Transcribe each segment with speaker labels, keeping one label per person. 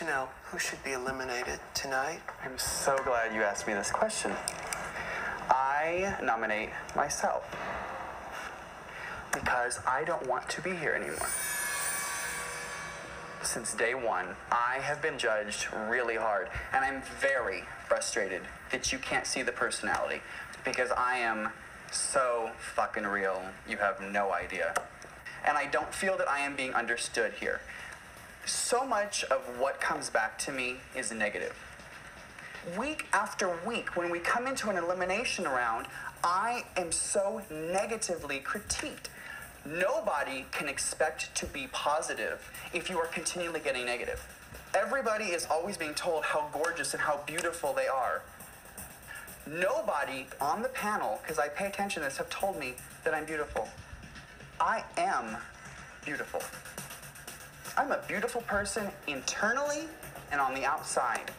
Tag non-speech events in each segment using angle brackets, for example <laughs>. Speaker 1: you know who should be eliminated tonight?
Speaker 2: I'm so glad you asked me this question. I nominate myself because I don't want to be here anymore. Since day one, I have been judged really hard, and I'm very frustrated that you can't see the personality because I am so fucking real, you have no idea. And I don't feel that I am being understood here. So much of what comes back to me is negative week after week, when we come into an elimination round, I am so negatively critiqued. Nobody can expect to be positive if you are continually getting negative. Everybody is always being told how gorgeous and how beautiful they are. Nobody on the panel, because I pay attention to this, have told me that I'm beautiful. I am beautiful. I'm a beautiful person internally and on the outside.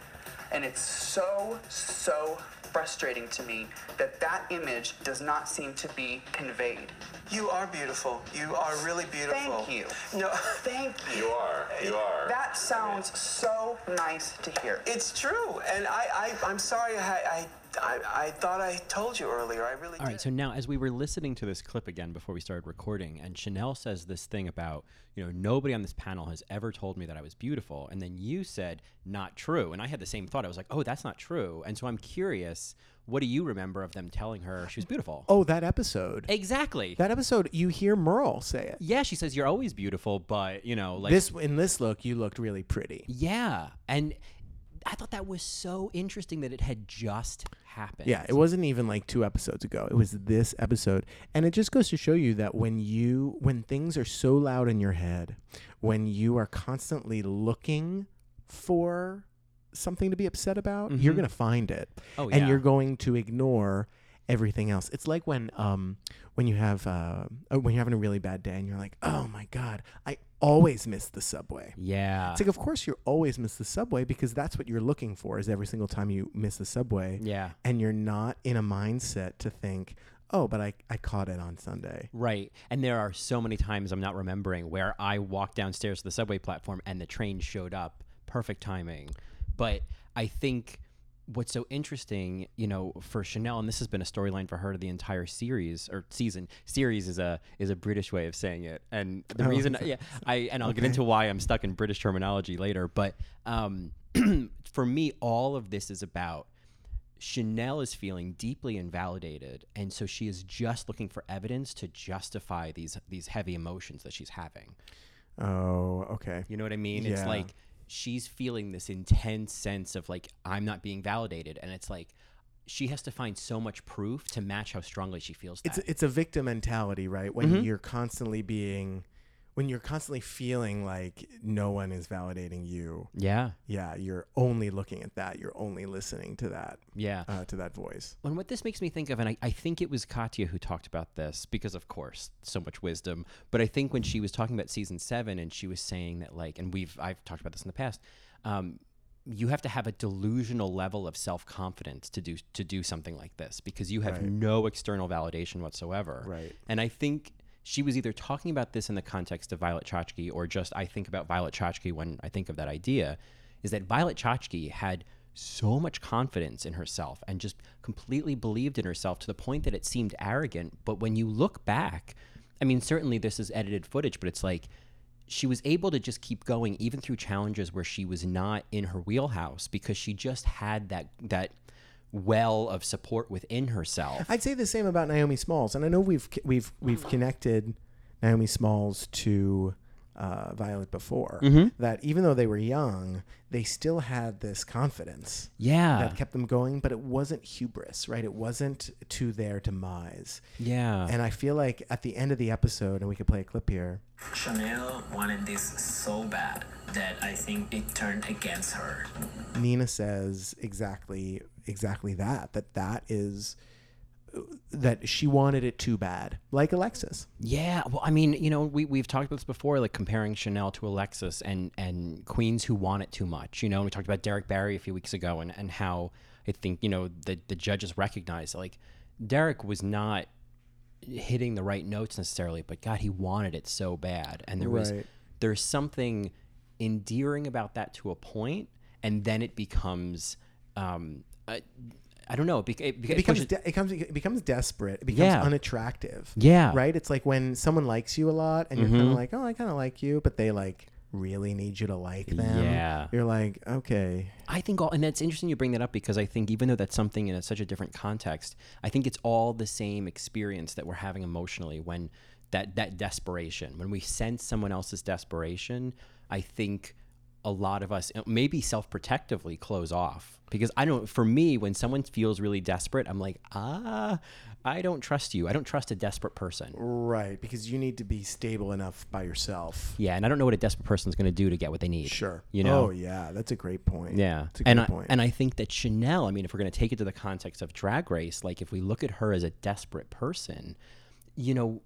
Speaker 2: And it's so, so frustrating to me that that image does not seem to be conveyed.
Speaker 1: You are beautiful. You are really beautiful.
Speaker 2: Thank you.
Speaker 1: No,
Speaker 2: Thank you.
Speaker 3: You are. You are.
Speaker 2: That sounds so nice to hear.
Speaker 1: it's true. And I, I I'm sorry. I, I, I, I thought I told you earlier. I really.
Speaker 4: All right, so now as we were listening to this clip again before we started recording, and Chanel says this thing about, you know, nobody on this panel has ever told me that I was beautiful. And then you said, not true. And I had the same thought. I was like, oh, that's not true. And so I'm curious, what do you remember of them telling her she was beautiful?
Speaker 5: Oh, that episode.
Speaker 4: exactly.
Speaker 5: That episode, you hear Merle say it.
Speaker 4: yeah, she says, you're always beautiful, but, you know, like.
Speaker 5: This in this look, you looked really pretty.
Speaker 4: yeah. And I thought that was so interesting that it had just happened.
Speaker 5: Yeah, it wasn't even like two episodes ago. It was this episode. And it just goes to show you that when you when things are so loud in your head, when you are constantly looking for something to be upset about, you're going to find it.
Speaker 4: Mm-hmm. Oh,
Speaker 5: And
Speaker 4: yeah.
Speaker 5: you're going to ignore everything else. It's like when um when you have uh uh, when you're having a really bad day and you're like, "Oh my god, I always miss the subway."
Speaker 4: Yeah.
Speaker 5: It's like, of course, you always miss the subway because that's what you're looking for is every single time you miss the subway.
Speaker 4: Yeah.
Speaker 5: And you're not in a mindset to think, oh, but I, I caught it on Sunday.
Speaker 4: Right. And there are so many times I'm not remembering where I walked downstairs to the subway platform and the train showed up. Perfect timing. But I think what's so interesting, you know, for Chanel, and this has been a storyline for her the entire series or season. Series is a is a British way of saying it. And the reason yeah, I and I'll get into why I'm stuck in British terminology later, but um <clears throat> for me all of this is about Chanel is feeling deeply invalidated, and so she is just looking for evidence to justify these these heavy emotions that she's having.
Speaker 5: Oh, okay.
Speaker 4: You know what I mean? It's
Speaker 5: Yeah.
Speaker 4: like she's feeling this intense sense of like I'm not being validated, and it's like she has to find so much proof to match how strongly she feels that.
Speaker 5: It's, it's a victim mentality, right? When
Speaker 4: Mm-hmm.
Speaker 5: you're constantly being, when you're constantly feeling like no one is validating you.
Speaker 4: yeah,
Speaker 5: Yeah, you're only looking at that. You're only listening to that,
Speaker 4: yeah.
Speaker 5: uh, to that voice.
Speaker 4: And what this makes me think of, and I, I think it was Katya who talked about this because, of course, so much wisdom. But I think when she was talking about season seven, and she was saying that, like, and we've I've talked about this in the past, um, you have to have a delusional level of self confidence to do to do something like this because you have no external validation whatsoever.
Speaker 5: Right.
Speaker 4: And I think she was either talking about this in the context of Violet Chachki or just I think about Violet Chachki when I think of that idea is that Violet Chachki had so much confidence in herself and just completely believed in herself to the point that it seemed arrogant. But when you look back, I mean, certainly this is edited footage, but it's like she was able to just keep going even through challenges where she was not in her wheelhouse because she just had that that well of support within herself.
Speaker 5: I'd say the same about Naomi Smalls, and I know we've we've we've connected Naomi Smalls to uh, Violet before.
Speaker 4: Mm-hmm.
Speaker 5: That even though they were young, they still had this confidence
Speaker 4: yeah.
Speaker 5: that kept them going, but it wasn't hubris, right? It wasn't to their demise.
Speaker 4: yeah.
Speaker 5: And I feel like at the end of the episode, and we could play a clip here.
Speaker 6: Chanel wanted this so bad that I think it turned against her.
Speaker 5: Nina says exactly exactly that. That that is uh, that she wanted it too bad, like Alexis.
Speaker 4: Yeah, well, I mean, you know, we we've talked about this before, like comparing Chanel to Alexis and and queens who want it too much. You know, and we talked about Derek Barry a few weeks ago, and and how I think you know the the judges recognized like Derek was not hitting the right notes necessarily, but God, he wanted it so bad, and there was
Speaker 5: Right.
Speaker 4: there's something endearing about that to a point, and then it becomes, um, I, I don't know, it, bec- it, bec-
Speaker 5: It
Speaker 4: it
Speaker 5: becomes
Speaker 4: pushes-
Speaker 5: de- it comes it becomes desperate. It becomes
Speaker 4: Yeah.
Speaker 5: unattractive.
Speaker 4: Yeah. Mm-hmm.
Speaker 5: Right? It's like when someone likes you a lot and you're kind of like, "Oh, I kind of like you," but they like really need you to like them.
Speaker 4: Yeah.
Speaker 5: You're like, "Okay."
Speaker 4: I think all, and that's interesting you bring that up because I think even though that's something in a, such a different context, I think it's all the same experience that we're having emotionally when that that desperation, when we sense someone else's desperation, I think a lot of us uh, maybe self-protectively close off because I don't. For me, when someone feels really desperate, I'm like, ah, I don't trust you. I don't trust a desperate person.
Speaker 5: Right, because you need to be stable enough by yourself.
Speaker 4: Yeah, and I don't know what a desperate person's going to do to get what they need.
Speaker 5: Sure.
Speaker 4: you know.
Speaker 5: Oh yeah, that's a great point.
Speaker 4: Yeah.
Speaker 5: That's a
Speaker 4: and
Speaker 5: good
Speaker 4: I,
Speaker 5: point.
Speaker 4: And I think that Chanel, I mean, if we're going to take it to the context of drag race, like if we look at her as a desperate person, you
Speaker 5: <coughs>
Speaker 4: know,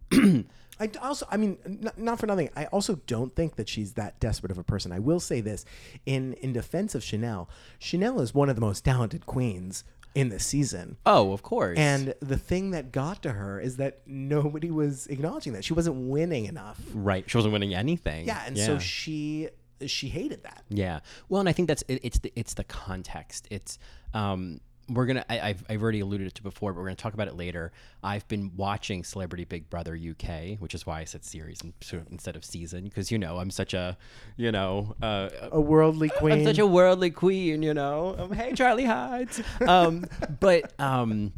Speaker 5: I d- also, I mean, n- not for nothing. I also don't think that she's that desperate of a person. I will say this in in defense of Chanel. Chanel is one of the most talented queens in the season.
Speaker 4: oh, of course.
Speaker 5: And the thing that got to her is that nobody was acknowledging that she wasn't winning enough.
Speaker 4: right. She wasn't winning anything.
Speaker 5: Yeah, and so she she hated that.
Speaker 4: Yeah. Well, and I think that's it, it's the it's the context. It's um we're gonna I, I've I've already alluded to it before, but we're gonna talk about it later. I've been watching Celebrity Big Brother UK, which is why I said series in- instead of season, because you know I'm such a you know uh,
Speaker 5: A worldly queen.
Speaker 4: I'm such a worldly queen, you know. Um, hey, Charlie Hides. Um, but um,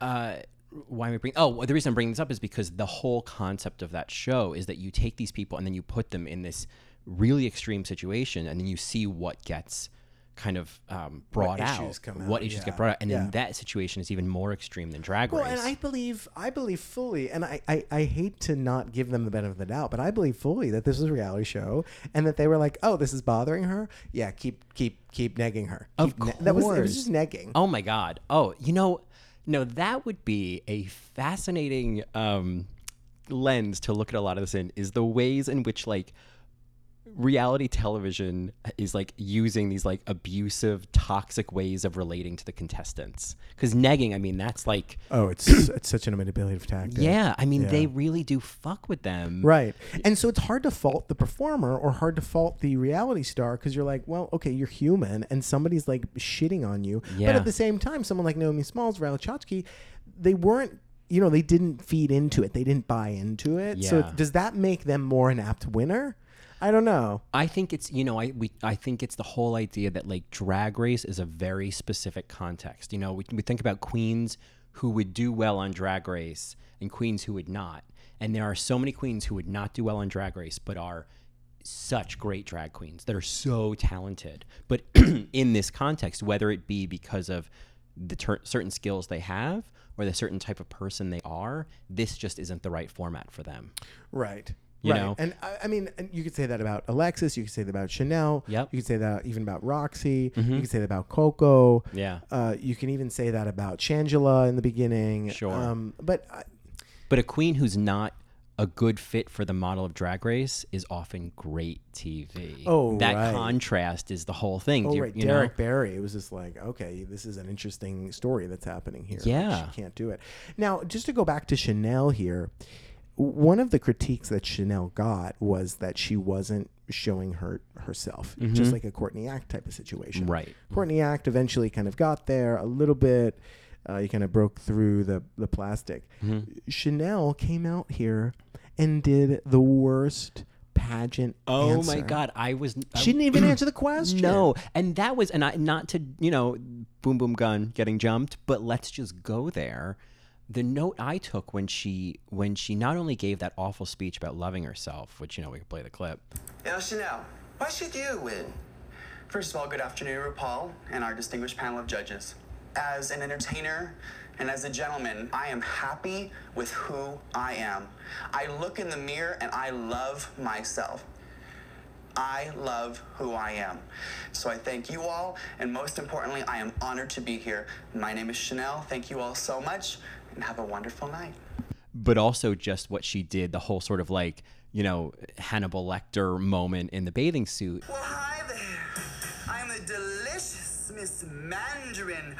Speaker 4: uh, why am I bringing? Oh, the reason I'm bringing this up is because the whole concept of that show is that you take these people and then you put them in this really extreme situation, and then you see what gets kind of um, brought out,
Speaker 5: issues come
Speaker 4: what
Speaker 5: out,
Speaker 4: issues
Speaker 5: yeah,
Speaker 4: get brought out, and
Speaker 5: yeah.
Speaker 4: then that situation is even more extreme than Drag Race.
Speaker 5: Well, and I believe I believe fully, and I, I, I hate to not give them the benefit of the doubt, but I believe fully that this was a reality show, and that they were like, oh, this is bothering her. Yeah, keep keep keep negging her.
Speaker 4: Of
Speaker 5: Keep that was it was
Speaker 4: course.
Speaker 5: just negging.
Speaker 4: Oh my God. Oh, you know, no, that would be a fascinating um, lens to look at a lot of this in is the ways in which like reality television is like using these like abusive, toxic ways of relating to the contestants. Because negging, I mean, that's like,
Speaker 5: Oh, it's it's such an manipulative tactic.
Speaker 4: yeah, I mean, they really do fuck with them.
Speaker 5: Right. And so it's hard to fault the performer or hard to fault the reality star because you're like, well, okay, you're human and somebody's like shitting on you. But
Speaker 4: Yeah.
Speaker 5: at the same time, someone like Naomi Smalls, Ralachatsky, they weren't, you know, they didn't feed into it. They didn't buy into it. So
Speaker 4: Yeah.
Speaker 5: does that make them more an apt winner? I don't know.
Speaker 4: I think it's you know I we I think it's the whole idea that like drag race is a very specific context. You know, we, we think about queens who would do well on drag race and queens who would not. And there are so many queens who would not do well on drag race but are such great drag queens that are so talented. But <clears throat> in this context, whether it be because of the ter- certain skills they have or the certain type of person they are, this just isn't the right format for them.
Speaker 5: Right.
Speaker 4: You
Speaker 5: right.
Speaker 4: know?
Speaker 5: And I, I mean, and you could say that about Alexis. You could say that about Chanel.
Speaker 4: Yep. Mm-hmm.
Speaker 5: You could say that even about Roxy. You could say that about Coco.
Speaker 4: Yeah.
Speaker 5: Uh, you can even say that about Shangela in the beginning.
Speaker 4: Sure.
Speaker 5: Um, but I,
Speaker 4: But a queen who's not a good fit for the model of Drag Race is often great TV.
Speaker 5: Oh,
Speaker 4: that
Speaker 5: right.
Speaker 4: contrast is the whole thing.
Speaker 5: oh
Speaker 4: Do you-
Speaker 5: right,
Speaker 4: you know?
Speaker 5: Derek Barry. It was just like, okay, this is an interesting story that's happening here. Like,
Speaker 4: Yeah.
Speaker 5: she can't do it. Now, just to go back to Chanel here, w- one of the critiques that Chanel got was that she wasn't showing her herself, just like a Courtney Act type of situation.
Speaker 4: Mm-hmm. Right.
Speaker 5: Courtney Act eventually kind of got there a little bit. Uh, you kind of broke through the the plastic.
Speaker 4: Mm-hmm.
Speaker 5: Chanel came out here and did the worst pageant.
Speaker 4: Oh my
Speaker 5: answer.
Speaker 4: God, I was. I-
Speaker 5: She didn't
Speaker 4: <clears throat>
Speaker 5: even answer the question.
Speaker 4: no, and that was, and I not to you know, boom boom gun getting jumped, but let's just go there. The note I took when she when she not only gave that awful speech about loving herself, which you know we could play the clip.
Speaker 2: Now, Chanel, why should you win? First of all, good afternoon, RuPaul, and our distinguished panel of judges. As an entertainer and as a gentleman, I am happy with who I am. I look in the mirror and I love myself. I love who I am. So I thank you all, and most importantly, I am honored to be here. My name is Chanel. Thank you all so much, and have a wonderful night.
Speaker 4: but also just what she did, the whole sort of like, you know, Hannibal Lecter moment in the bathing suit.
Speaker 2: Well, hi there. I'm a delicious Miss Mandarin.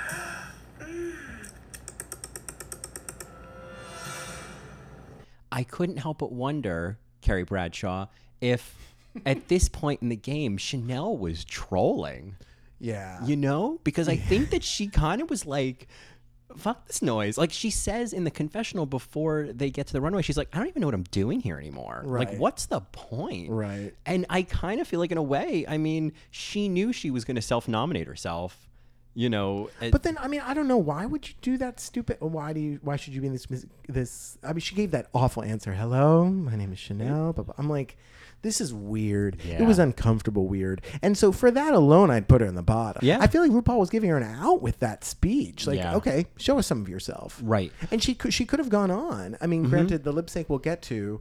Speaker 4: I couldn't help but wonder, Carrie Bradshaw, if at this point in the game, Chanel was trolling.
Speaker 5: Yeah.
Speaker 4: You know? Because I think that she kind of was like, fuck this noise. Like she says in the confessional before they get to the runway, she's like, I don't even know what I'm doing here anymore.
Speaker 5: Right.
Speaker 4: Like, what's the point?
Speaker 5: Right.
Speaker 4: And I kind of feel like, in a way, I mean, she knew she was going to self nominate herself, you know? at-
Speaker 5: But then, I mean, I don't know. Why would you do that stupid? Why do you? Why should you be in this? mis- This? I mean, she gave that awful answer. Hello, my name is Chanel. But I'm like, this is weird. It was
Speaker 4: Yeah.
Speaker 5: uncomfortable, weird. And so for that alone, I'd put her in the bottom.
Speaker 4: Yeah.
Speaker 5: I feel like RuPaul was giving her an out with that speech. Like,
Speaker 4: Yeah.
Speaker 5: okay, show us some of yourself.
Speaker 4: Right. Mm-hmm.
Speaker 5: And she could she could have gone on. I mean, granted, the lip sync we'll get to,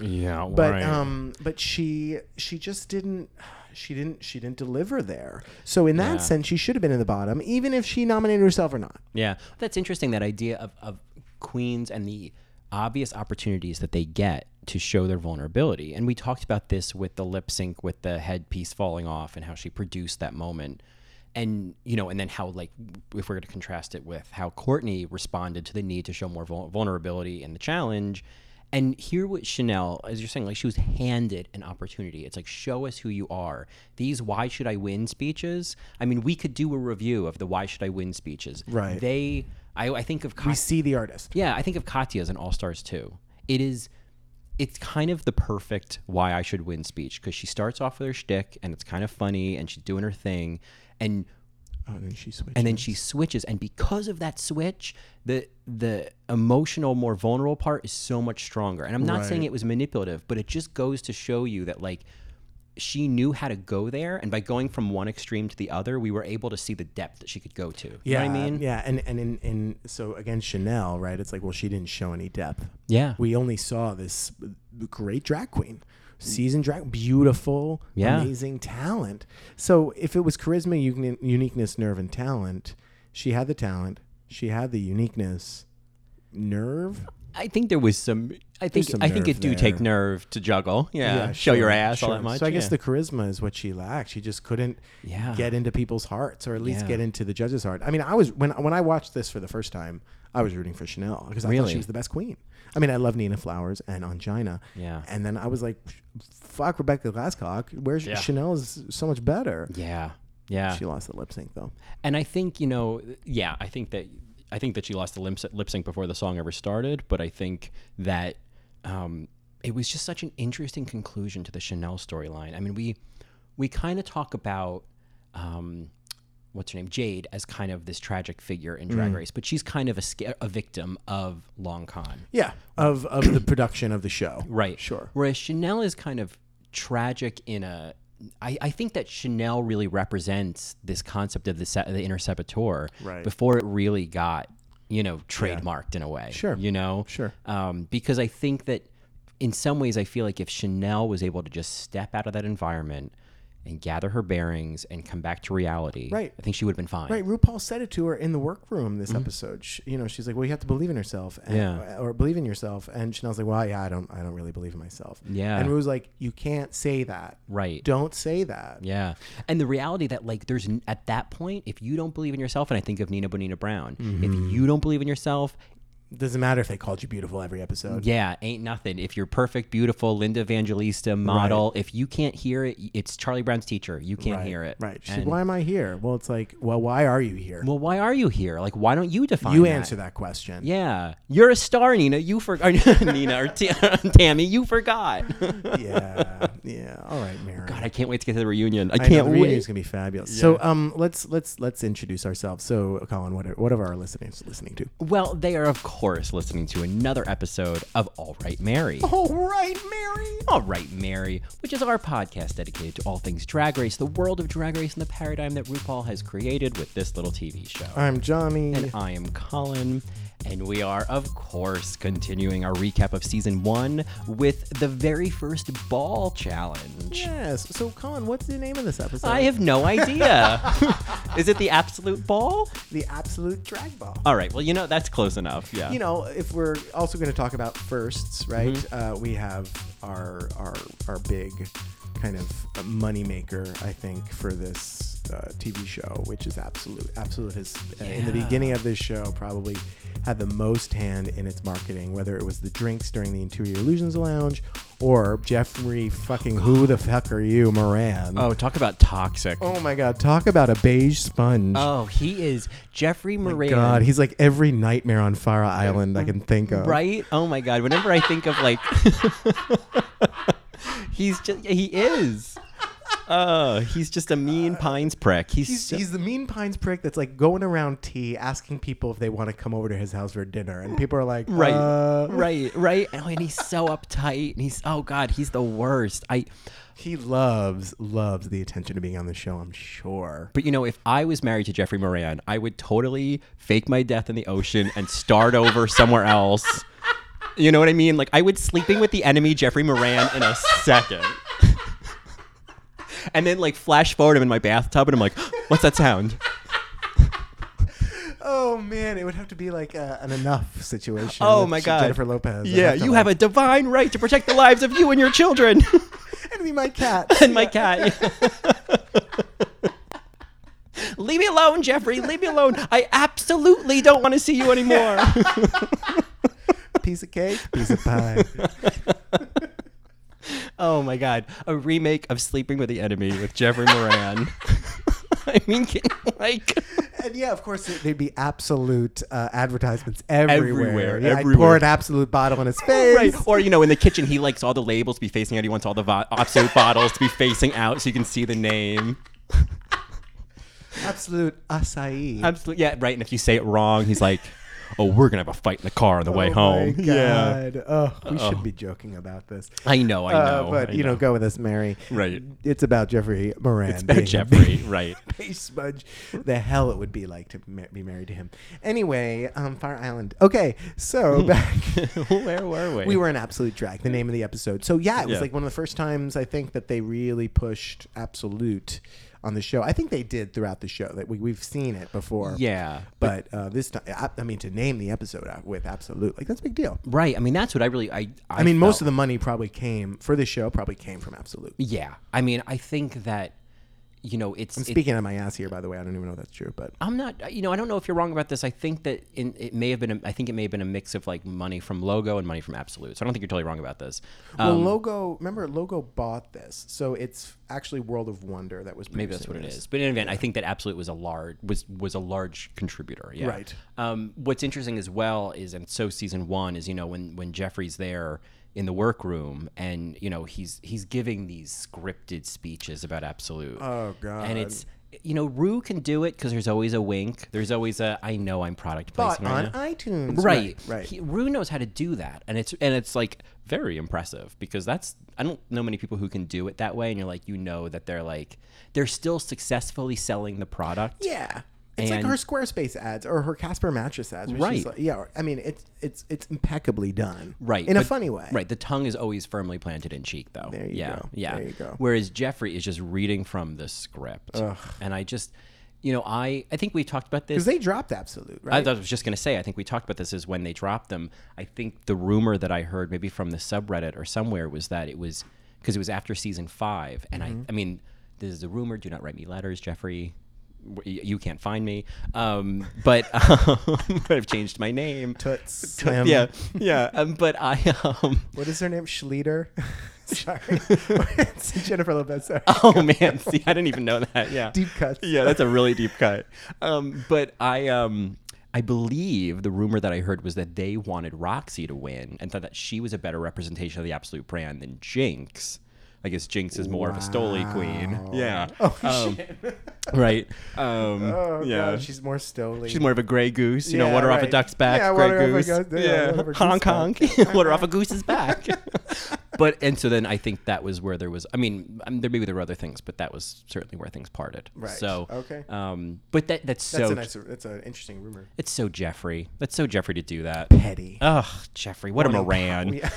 Speaker 4: yeah,
Speaker 5: but um, but she she just didn't she didn't she didn't deliver there. So in that
Speaker 4: Yeah.
Speaker 5: sense, she should have been in the bottom, even if she nominated herself or not.
Speaker 4: Yeah, that's interesting. That idea of, of queens and the obvious opportunities that they get to show their vulnerability. And we talked about this with the lip sync, with the headpiece falling off, and how she produced that moment. And you know, and then how like if we're going to contrast it with how Courtney responded to the need to show more vul- vulnerability in the challenge. And here with Chanel, as you're saying, like she was handed an opportunity. It's like, show us who you are. These why should I win speeches? I mean, we could do a review of the why should I win speeches.
Speaker 5: Right.
Speaker 4: They I, I think of
Speaker 5: we
Speaker 4: Kat-
Speaker 5: see the artist.
Speaker 4: Yeah, I think of Katya as an all stars too. It is it's kind of the perfect why I should win speech because she starts off with her shtick and it's kind of funny and she's doing her thing and
Speaker 5: Oh, and then she switched.
Speaker 4: and then she switches and because of that switch the the emotional more vulnerable part is so much stronger and i'm not saying it was manipulative but it just goes to show you that like she knew how to go there and by going from one extreme to the other we were able to see the depth that she could go to you know what i mean
Speaker 5: yeah, and and in, in so again Chanel, right? It's like, well, she didn't show any depth.
Speaker 4: Yeah.
Speaker 5: we only saw this great drag queen, seasoned drag, beautiful,
Speaker 4: Yeah.
Speaker 5: amazing talent. So if it was charisma, uni- uniqueness, nerve, and talent, she had the talent. She had the uniqueness, nerve.
Speaker 4: i think there was some i think
Speaker 5: some
Speaker 4: i think
Speaker 5: nerve
Speaker 4: it do
Speaker 5: there.
Speaker 4: take nerve to juggle yeah, show
Speaker 5: sure,
Speaker 4: your ass all
Speaker 5: sure.
Speaker 4: that much
Speaker 5: So I guess
Speaker 4: yeah.
Speaker 5: the charisma is what she lacked. She just couldn't
Speaker 4: Yeah.
Speaker 5: get into people's hearts, or at least
Speaker 4: Yeah.
Speaker 5: get into the judges' heart. I mean, I was when when I watched this for the first time, I was rooting for Chanel because I thought she
Speaker 4: Really?
Speaker 5: was the best queen. I mean, I love Nina Flowers and Angina.
Speaker 4: Yeah.
Speaker 5: And then I was like, "Fuck Rebecca Glasscock, where's Chanel is so much better."
Speaker 4: yeah yeah
Speaker 5: She lost the lip sync though.
Speaker 4: And I think you know, yeah, I think that I think that she lost the lip lip sync before the song ever started. But I think that um, it was just such an interesting conclusion to the Chanel storyline. I mean, we we kind of talk about um, what's her name, Jade, as kind of this tragic figure in
Speaker 5: Mm.
Speaker 4: Drag Race, but she's kind of a sca- a victim of Long Con.
Speaker 5: Yeah, of of the production of the show.
Speaker 4: Right.
Speaker 5: Sure.
Speaker 4: Whereas Chanel is kind of tragic in a. I, I think that Chanel really represents this concept of the se- the inner saboteur
Speaker 5: Right.
Speaker 4: before it really got you know trademarked in a way.
Speaker 5: Sure.
Speaker 4: You know.
Speaker 5: Sure.
Speaker 4: Um, because I think that in some ways I feel like if Chanel was able to just step out of that environment and gather her bearings and come back to reality,
Speaker 5: Right.
Speaker 4: I think she would have been fine.
Speaker 5: Right, RuPaul said it to her in the workroom this episode. She, you know, she's like, "Well, you have to believe in yourself, and,
Speaker 4: Mm-hmm.
Speaker 5: uh,
Speaker 4: Yeah.
Speaker 5: or believe in yourself." And Chanel's like, "Well, yeah, I don't, I don't really believe in myself."
Speaker 4: Yeah.
Speaker 5: and Ru's like, "You can't say that.
Speaker 4: Right.
Speaker 5: Don't say that."
Speaker 4: Yeah. And the reality that like there's n- at that point, if you don't believe in yourself, and I think of Nina Bonina Brown,
Speaker 5: Mm-hmm.
Speaker 4: if you don't believe in yourself,
Speaker 5: Doesn't matter if they called you beautiful every episode.
Speaker 4: yeah, ain't nothing. If you're perfect, beautiful, Linda Evangelista model, if you can't hear it, it's Charlie Brown's teacher. You can't
Speaker 5: right,
Speaker 4: hear it.
Speaker 5: Right. She's like,
Speaker 4: And,
Speaker 5: "Why am I here?" Well, it's like, "Well, why are you here?"
Speaker 4: well, why are you here? Like, why don't you define
Speaker 5: you
Speaker 4: that?
Speaker 5: answer that question.
Speaker 4: Yeah, you're a star, Nina. You forgot, <laughs> Nina or T- <laughs> Tammy. You
Speaker 5: <laughs>
Speaker 4: forgot. God,
Speaker 5: yeah. Yeah. All right, Mary.
Speaker 4: I can't wait to get to the reunion. I,
Speaker 5: I know,
Speaker 4: can't
Speaker 5: the
Speaker 4: wait.
Speaker 5: reunion's gonna be fabulous. So, um, let's let's let's introduce ourselves. So, Colin, what are, what are our listeners listening to?
Speaker 4: Well, they are of course listening to another episode of All Right, Mary.
Speaker 5: All right, Mary.
Speaker 4: All Right Mary, which is our podcast dedicated to all things drag race, the world of drag race, and the paradigm that RuPaul has created with this little TV show.
Speaker 5: I'm Johnny.
Speaker 4: And I am Colin, and we are, of course, continuing our recap of season one with the very first ball challenge.
Speaker 5: Yes. So, Colin, what's the name of this episode?
Speaker 4: I have no idea. is it the absolute ball?
Speaker 5: the absolute drag ball.
Speaker 4: All right, well, you know, that's close enough. Yeah.
Speaker 5: you know, if we're also going to talk about firsts, right?
Speaker 4: Mm-hmm.
Speaker 5: Uh, we have our our our big kind of moneymaker, I think, for this uh, TV show, which is absolute. Absolute has uh, in the beginning of this show probably had the most hand in its marketing, whether it was the drinks during the Interior Illusions Lounge or Jeffrey fucking who the fuck are you, Moran?
Speaker 4: Oh, talk about toxic. Oh,
Speaker 5: Oh my God! Talk about a beige sponge.
Speaker 4: he is Jeffrey Moran.
Speaker 5: God, he's like every nightmare on Fire Island I can think of.
Speaker 4: right? Oh my god! Whenever I think of like, <laughs> he's just he is. Uh, he's just a mean pines prick. He's,
Speaker 5: He's,
Speaker 4: so-
Speaker 5: he's the mean pines prick that's like going around tea asking people if they want to come over to his house for dinner, and people are like,
Speaker 4: right,
Speaker 5: uh,
Speaker 4: right, right. Oh, and he's so uptight, and he's oh god, he's the worst. I,
Speaker 5: He loves loves the attention of being on the show. I'm sure.
Speaker 4: but you know, if I was married to Jeffrey Moran, I would totally fake my death in the ocean and start over somewhere else. You know what I mean? Like I would sleeping with the enemy Jeffrey Moran in a second. and then like flash forward him in my bathtub and I'm like, <gasps> what's that sound?
Speaker 5: Oh man, it would have to be like uh, an enough situation.
Speaker 4: Oh
Speaker 5: with
Speaker 4: my god.
Speaker 5: Jennifer Lopez. I'd
Speaker 4: Yeah,
Speaker 5: to,
Speaker 4: you have a
Speaker 5: like,
Speaker 4: divine right to protect the lives of you and your children <laughs>
Speaker 5: And be my <laughs> cat.
Speaker 4: and my cat.
Speaker 5: <laughs>
Speaker 4: leave me alone, Jeffrey. Leave me alone. I absolutely don't want to see you anymore.
Speaker 5: <laughs> piece of cake, piece of pie.
Speaker 4: oh my god, a remake of Sleeping with the Enemy with Jeffrey Moran. <laughs> I mean, can- like
Speaker 5: <laughs> and yeah, of course, there'd be absolute uh, advertisements everywhere.
Speaker 4: Everywhere,
Speaker 5: yeah, I'd pour
Speaker 4: everywhere.
Speaker 5: an absolute bottle in <laughs> his face.
Speaker 4: right, or you know, in the kitchen, he likes all the labels to be facing out. He wants all the vo- absolute bottles to be facing out so you can see the name.
Speaker 5: Absolute acai.
Speaker 4: Absolutely, yeah, right. And if you say it wrong, he's like, "Oh, we're gonna have a fight in the car on the way home."
Speaker 5: Oh My
Speaker 4: Yeah,
Speaker 5: God. Oh, we should be joking about this.
Speaker 4: I know, I
Speaker 5: Uh,
Speaker 4: know,
Speaker 5: but
Speaker 4: I
Speaker 5: you know.
Speaker 4: know.
Speaker 5: go with us, Mary.
Speaker 4: Right.
Speaker 5: It's about Jeffrey Moran. It's <laughs>
Speaker 4: Bad Jeffrey, right?
Speaker 5: Hey, Smudge, the hell it would be like to ma- be married to him. Anyway, um, Fire Island. Okay,
Speaker 4: <laughs>
Speaker 5: so back.
Speaker 4: Where were we?
Speaker 5: We were in Absolute Drag, the name of the episode. So yeah, it was
Speaker 4: Yeah.
Speaker 5: like one of the first times I think that they really pushed Absolute on the show. I think they did throughout the show that we we've seen it before.
Speaker 4: Yeah,
Speaker 5: But uh, this time, I, I mean, to name the episode out with Absolute, like that's a big deal.
Speaker 4: right. I mean, that's what I really, I, I,
Speaker 5: I, mean, most
Speaker 4: felt.
Speaker 5: of the money probably came for this show. Probably came from Absolute.
Speaker 4: yeah. I mean, I think that, you know, it's
Speaker 5: I'm
Speaker 4: it-
Speaker 5: speaking on my ass here, by the way. I don't even know if that's true, but
Speaker 4: I'm not, uh, you know, I don't know if you're wrong about this. I think that in, it may have been, a, I think it may have been a mix of like money from Logo and money from Absolute. So I don't think you're totally wrong about this. Um,
Speaker 5: well, Logo. Remember, Logo bought this, so it's actually World of Wonder that was
Speaker 4: maybe that's what it is. But in any event, I think that Absolute was a large was was a large contributor. Yeah.
Speaker 5: Right.
Speaker 4: Um, what's interesting as well is, and so season one is, you know, when when Jeffrey's there in the workroom and you know he's he's giving these scripted speeches about Absolute.
Speaker 5: Oh, God.
Speaker 4: And it's. You know, Rue can do it because there's always a wink. There's always a I know I'm product
Speaker 5: Bought
Speaker 4: placement right
Speaker 5: on
Speaker 4: now."
Speaker 5: iTunes,
Speaker 4: right
Speaker 5: right, right.
Speaker 4: He, Rue knows how to do that, and it's and it's like very impressive because that's I don't know many people who can do it that way. And you're like, you know that they're like they're still successfully selling the product.
Speaker 5: Yeah. It's
Speaker 4: And-
Speaker 5: like her Squarespace ads or her Casper mattress ads. where she's
Speaker 4: Right.
Speaker 5: like- yeah. or- I mean, it's it's it's impeccably done.
Speaker 4: Right.
Speaker 5: In a
Speaker 4: but-
Speaker 5: funny way.
Speaker 4: Right. The tongue is always firmly planted in cheek, though.
Speaker 5: you
Speaker 4: yeah.
Speaker 5: go.
Speaker 4: Yeah.
Speaker 5: There you go.
Speaker 4: Whereas Jeffrey is just reading from the script, and I just, you know, I I think we talked about this.
Speaker 5: Because they dropped Absolute,
Speaker 4: I
Speaker 5: right?
Speaker 4: thought- I was just going to say, I think we talked about this is when they dropped them. I think the rumor that I heard, maybe from the subreddit or somewhere, was that it was because it was after season five. And I, I mean, this is a rumor. Do not write me letters, Jeffrey. W- y- You can't find me. Um, but, <laughs> but I've changed my name. <laughs>
Speaker 5: Toots.
Speaker 4: Tut-
Speaker 5: Slim.
Speaker 4: Yeah, yeah. Um, but I, <laughs> um,
Speaker 5: What is her name? Schleter. <laughs> sorry.
Speaker 4: <laughs>
Speaker 5: <laughs> It's Jennifer Lopez. Sorry. <laughs>
Speaker 4: oh man, see, I didn't even know that. Yeah,
Speaker 5: Deep cuts.
Speaker 4: Yeah, that's a really deep cut. Um, but I, um, I believe the rumor that I heard was that they wanted Roxy to win and thought that she was a better representation of the Absolute brand than Jinx. I guess Jinx is more of a Stoli queen. Yeah.
Speaker 5: <laughs>
Speaker 4: Oh shit. Right. Um,
Speaker 5: Oh,
Speaker 4: yeah.
Speaker 5: God. She's more stolely.
Speaker 4: She's more of a gray goose, you know,
Speaker 5: Yeah,
Speaker 4: water off a
Speaker 5: right.
Speaker 4: duck's back,
Speaker 5: Yeah, water off
Speaker 4: gray
Speaker 5: a
Speaker 4: goose.
Speaker 5: goose- yeah, water off a
Speaker 4: yeah, honk
Speaker 5: goose's
Speaker 4: honk, <laughs>
Speaker 5: <laughs>
Speaker 4: water off a goose's back. but and so then I think that was where there was. I mean, um, there maybe there were other things, but that was certainly where things parted.
Speaker 5: Right.
Speaker 4: So
Speaker 5: Okay.
Speaker 4: Um, but that that's,
Speaker 5: That's
Speaker 4: so
Speaker 5: a nice. That's an interesting rumor.
Speaker 4: it's so Jeffrey. That's so Jeffrey to do that.
Speaker 5: Petty.
Speaker 4: Ugh, Jeffrey, what a Moran.
Speaker 5: <laughs>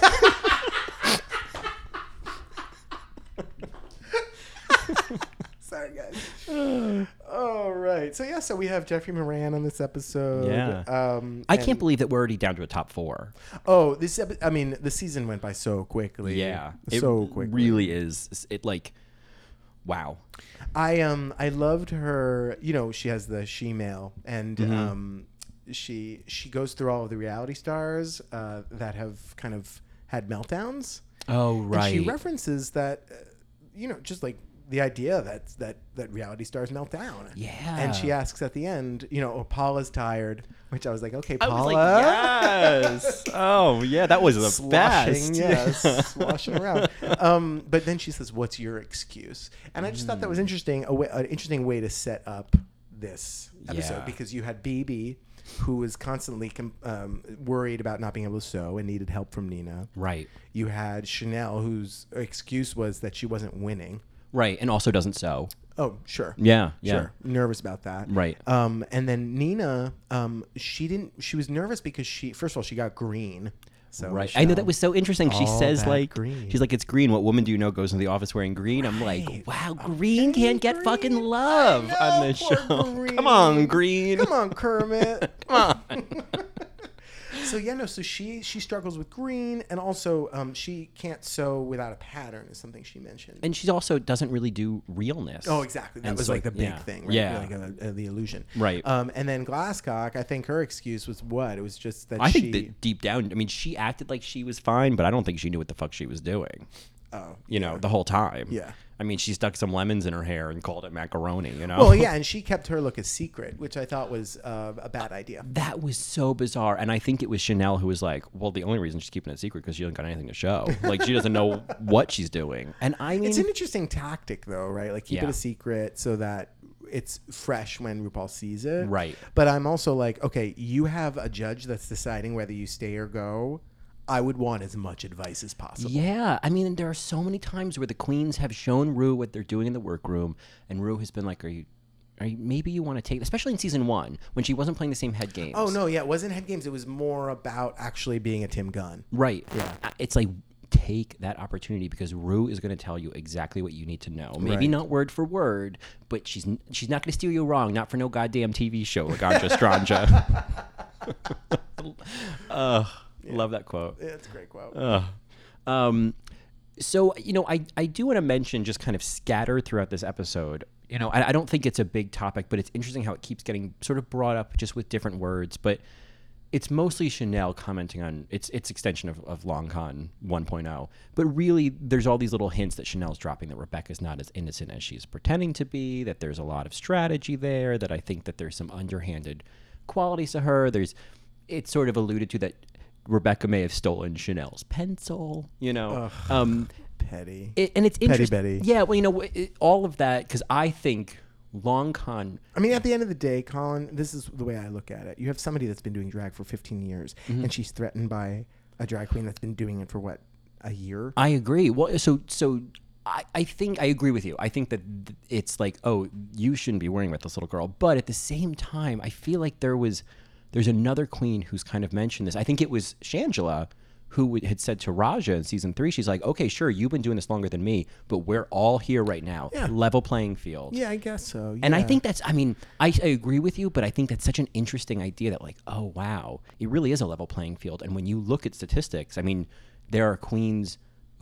Speaker 5: Sorry, guys.
Speaker 4: <sighs>
Speaker 5: All right. So yeah. So we have Jeffrey Moran on this episode.
Speaker 4: Yeah.
Speaker 5: Um,
Speaker 4: I can't believe that we're already down to a top four.
Speaker 5: Oh, this epi- I mean, the season went by so quickly.
Speaker 4: Yeah,
Speaker 5: so quickly.
Speaker 4: Really is. It like wow.
Speaker 5: I um I loved her. You know, she has the she mail, and
Speaker 4: Mm-hmm.
Speaker 5: um, she she goes through all of the reality stars uh, that have kind of had meltdowns.
Speaker 4: Oh
Speaker 5: And she references that, uh, you know, just like the idea that that that reality stars melt down. And she
Speaker 4: Yeah.
Speaker 5: asks at the end, you know, oh, Paula's tired, which I was like, okay,
Speaker 4: I
Speaker 5: Paula.
Speaker 4: was like,
Speaker 5: <laughs>
Speaker 4: yes. oh yeah, that was the
Speaker 5: sloshing,
Speaker 4: best. <laughs>
Speaker 5: <laughs> yes, sloshing around. Um, but then she says, "What's your excuse?" And I just thought that
Speaker 4: Hmm.
Speaker 5: was interesting, a way, an interesting way to set up this episode
Speaker 4: Yeah.
Speaker 5: because you had BB, who was constantly com- um, worried about not being able to sew and needed help from Nina.
Speaker 4: right.
Speaker 5: You had Chanel, whose excuse was that she wasn't winning.
Speaker 4: Right. And also doesn't sew.
Speaker 5: Oh, sure.
Speaker 4: Yeah. Yeah.
Speaker 5: Sure. Nervous about that.
Speaker 4: Right.
Speaker 5: Um, and then Nina, um, she didn't, she was nervous because she, first of all, she got green. So
Speaker 4: Right. I know that
Speaker 5: Michelle-
Speaker 4: was so interesting. She
Speaker 5: Oh, All
Speaker 4: says
Speaker 5: that
Speaker 4: like
Speaker 5: green.
Speaker 4: she's like it's green. What woman do you know goes into the office wearing green? I'm like,
Speaker 5: Right.
Speaker 4: wow, green can't get fucking
Speaker 5: Green.
Speaker 4: love
Speaker 5: I
Speaker 4: on
Speaker 5: know,
Speaker 4: this
Speaker 5: poor
Speaker 4: show. <laughs>
Speaker 5: Green.
Speaker 4: Come on, green.
Speaker 5: Come on,
Speaker 4: <laughs>
Speaker 5: Kermit. Come on. <laughs> so yeah, no. So she she struggles with green, and also um, she can't sew without a pattern is something she mentioned.
Speaker 4: And she also doesn't really do realness.
Speaker 5: oh, exactly. That
Speaker 4: And
Speaker 5: was
Speaker 4: so,
Speaker 5: like the big
Speaker 4: yeah.
Speaker 5: thing, right?
Speaker 4: Yeah.
Speaker 5: like uh uh, the illusion,
Speaker 4: Right.
Speaker 5: Um, and then Glasscock, I think her excuse was what? It was just that
Speaker 4: I
Speaker 5: she.
Speaker 4: think that deep down, I mean, she acted like she was fine, but I don't think she knew what the fuck she was doing.
Speaker 5: Oh,
Speaker 4: you know, the whole time.
Speaker 5: Yeah.
Speaker 4: I mean, she stuck some lemons in her hair and called it macaroni. You know. <laughs>
Speaker 5: well, yeah, and she kept her look a secret, which I thought was uh, a bad idea.
Speaker 4: That was so bizarre, and I think it was Chanel who was like, "Well, the only reason she's keeping it secret because she doesn't got anything to
Speaker 5: <laughs>
Speaker 4: show. Like, she doesn't know what she's doing." And I mean,
Speaker 5: It's an interesting tactic, though, right? Like keep
Speaker 4: Yeah.
Speaker 5: it a secret so that it's fresh when RuPaul sees it,
Speaker 4: Right.
Speaker 5: But I'm also like, okay, you have a judge that's deciding whether you stay or go. I would want as much advice as possible.
Speaker 4: Yeah, I mean, there are so many times where the queens have shown Rue what they're doing in the workroom, and Rue has been like, "Are you, are you, maybe you want to take?" Especially in season one when she wasn't playing the same head games.
Speaker 5: Oh no, yeah, it wasn't head games. It was more about actually being a Tim Gunn.
Speaker 4: right? Yeah, it's like take that opportunity because Rue is going to tell you exactly what you need to know. Maybe
Speaker 5: Right.
Speaker 4: not word for word, but she's n- she's not going to steer you wrong. Not for no goddamn TV show, Laganja <laughs> Stranja. Ugh, Love that quote.
Speaker 5: Yeah, That's a great quote.
Speaker 4: Uh. Um, so you know, I I do want to mention just kind of scattered throughout this episode. You know, I, I don't think it's a big topic, but it's interesting how it keeps getting sort of brought up just with different words. But it's mostly Chanel commenting on its its extension of, of Long Con 1.0. But really, there's all these little hints that Chanel's dropping that Rebecca's not as innocent as she's pretending to be. That there's a lot of strategy there. That I think that there's some underhanded qualities to her. There's it's sort of alluded to that Rebecca may have stolen Chanel's pencil, you know. Um,
Speaker 5: Petty.
Speaker 4: it, and it's interesting.
Speaker 5: Betty.
Speaker 4: Yeah, well, you know, it, all of that because I think Long Con.
Speaker 5: I mean, at the end of the day, Colin, this is the way I look at it. You have somebody that's been doing drag for 15 years,
Speaker 4: Mm-hmm.
Speaker 5: and she's threatened by a drag queen that's been doing it for what a year.
Speaker 4: I agree. Well, so so. I, I think I agree with you. I think that th- it's like, oh, you shouldn't be worrying about this little girl. But at the same time, I feel like there was, there's another queen who's kind of mentioned this. I think it was Shangela who would, had said to Raja in season three, she's like, okay, sure, you've been doing this longer than me, but we're all here right now. Level playing field.
Speaker 5: yeah, I guess so.
Speaker 4: And I
Speaker 5: yeah.
Speaker 4: think that's, I mean, I, I agree with you, but I think that's such an interesting idea that, like, oh, wow, it really is a level playing field. And when you look at statistics, I mean, there are queens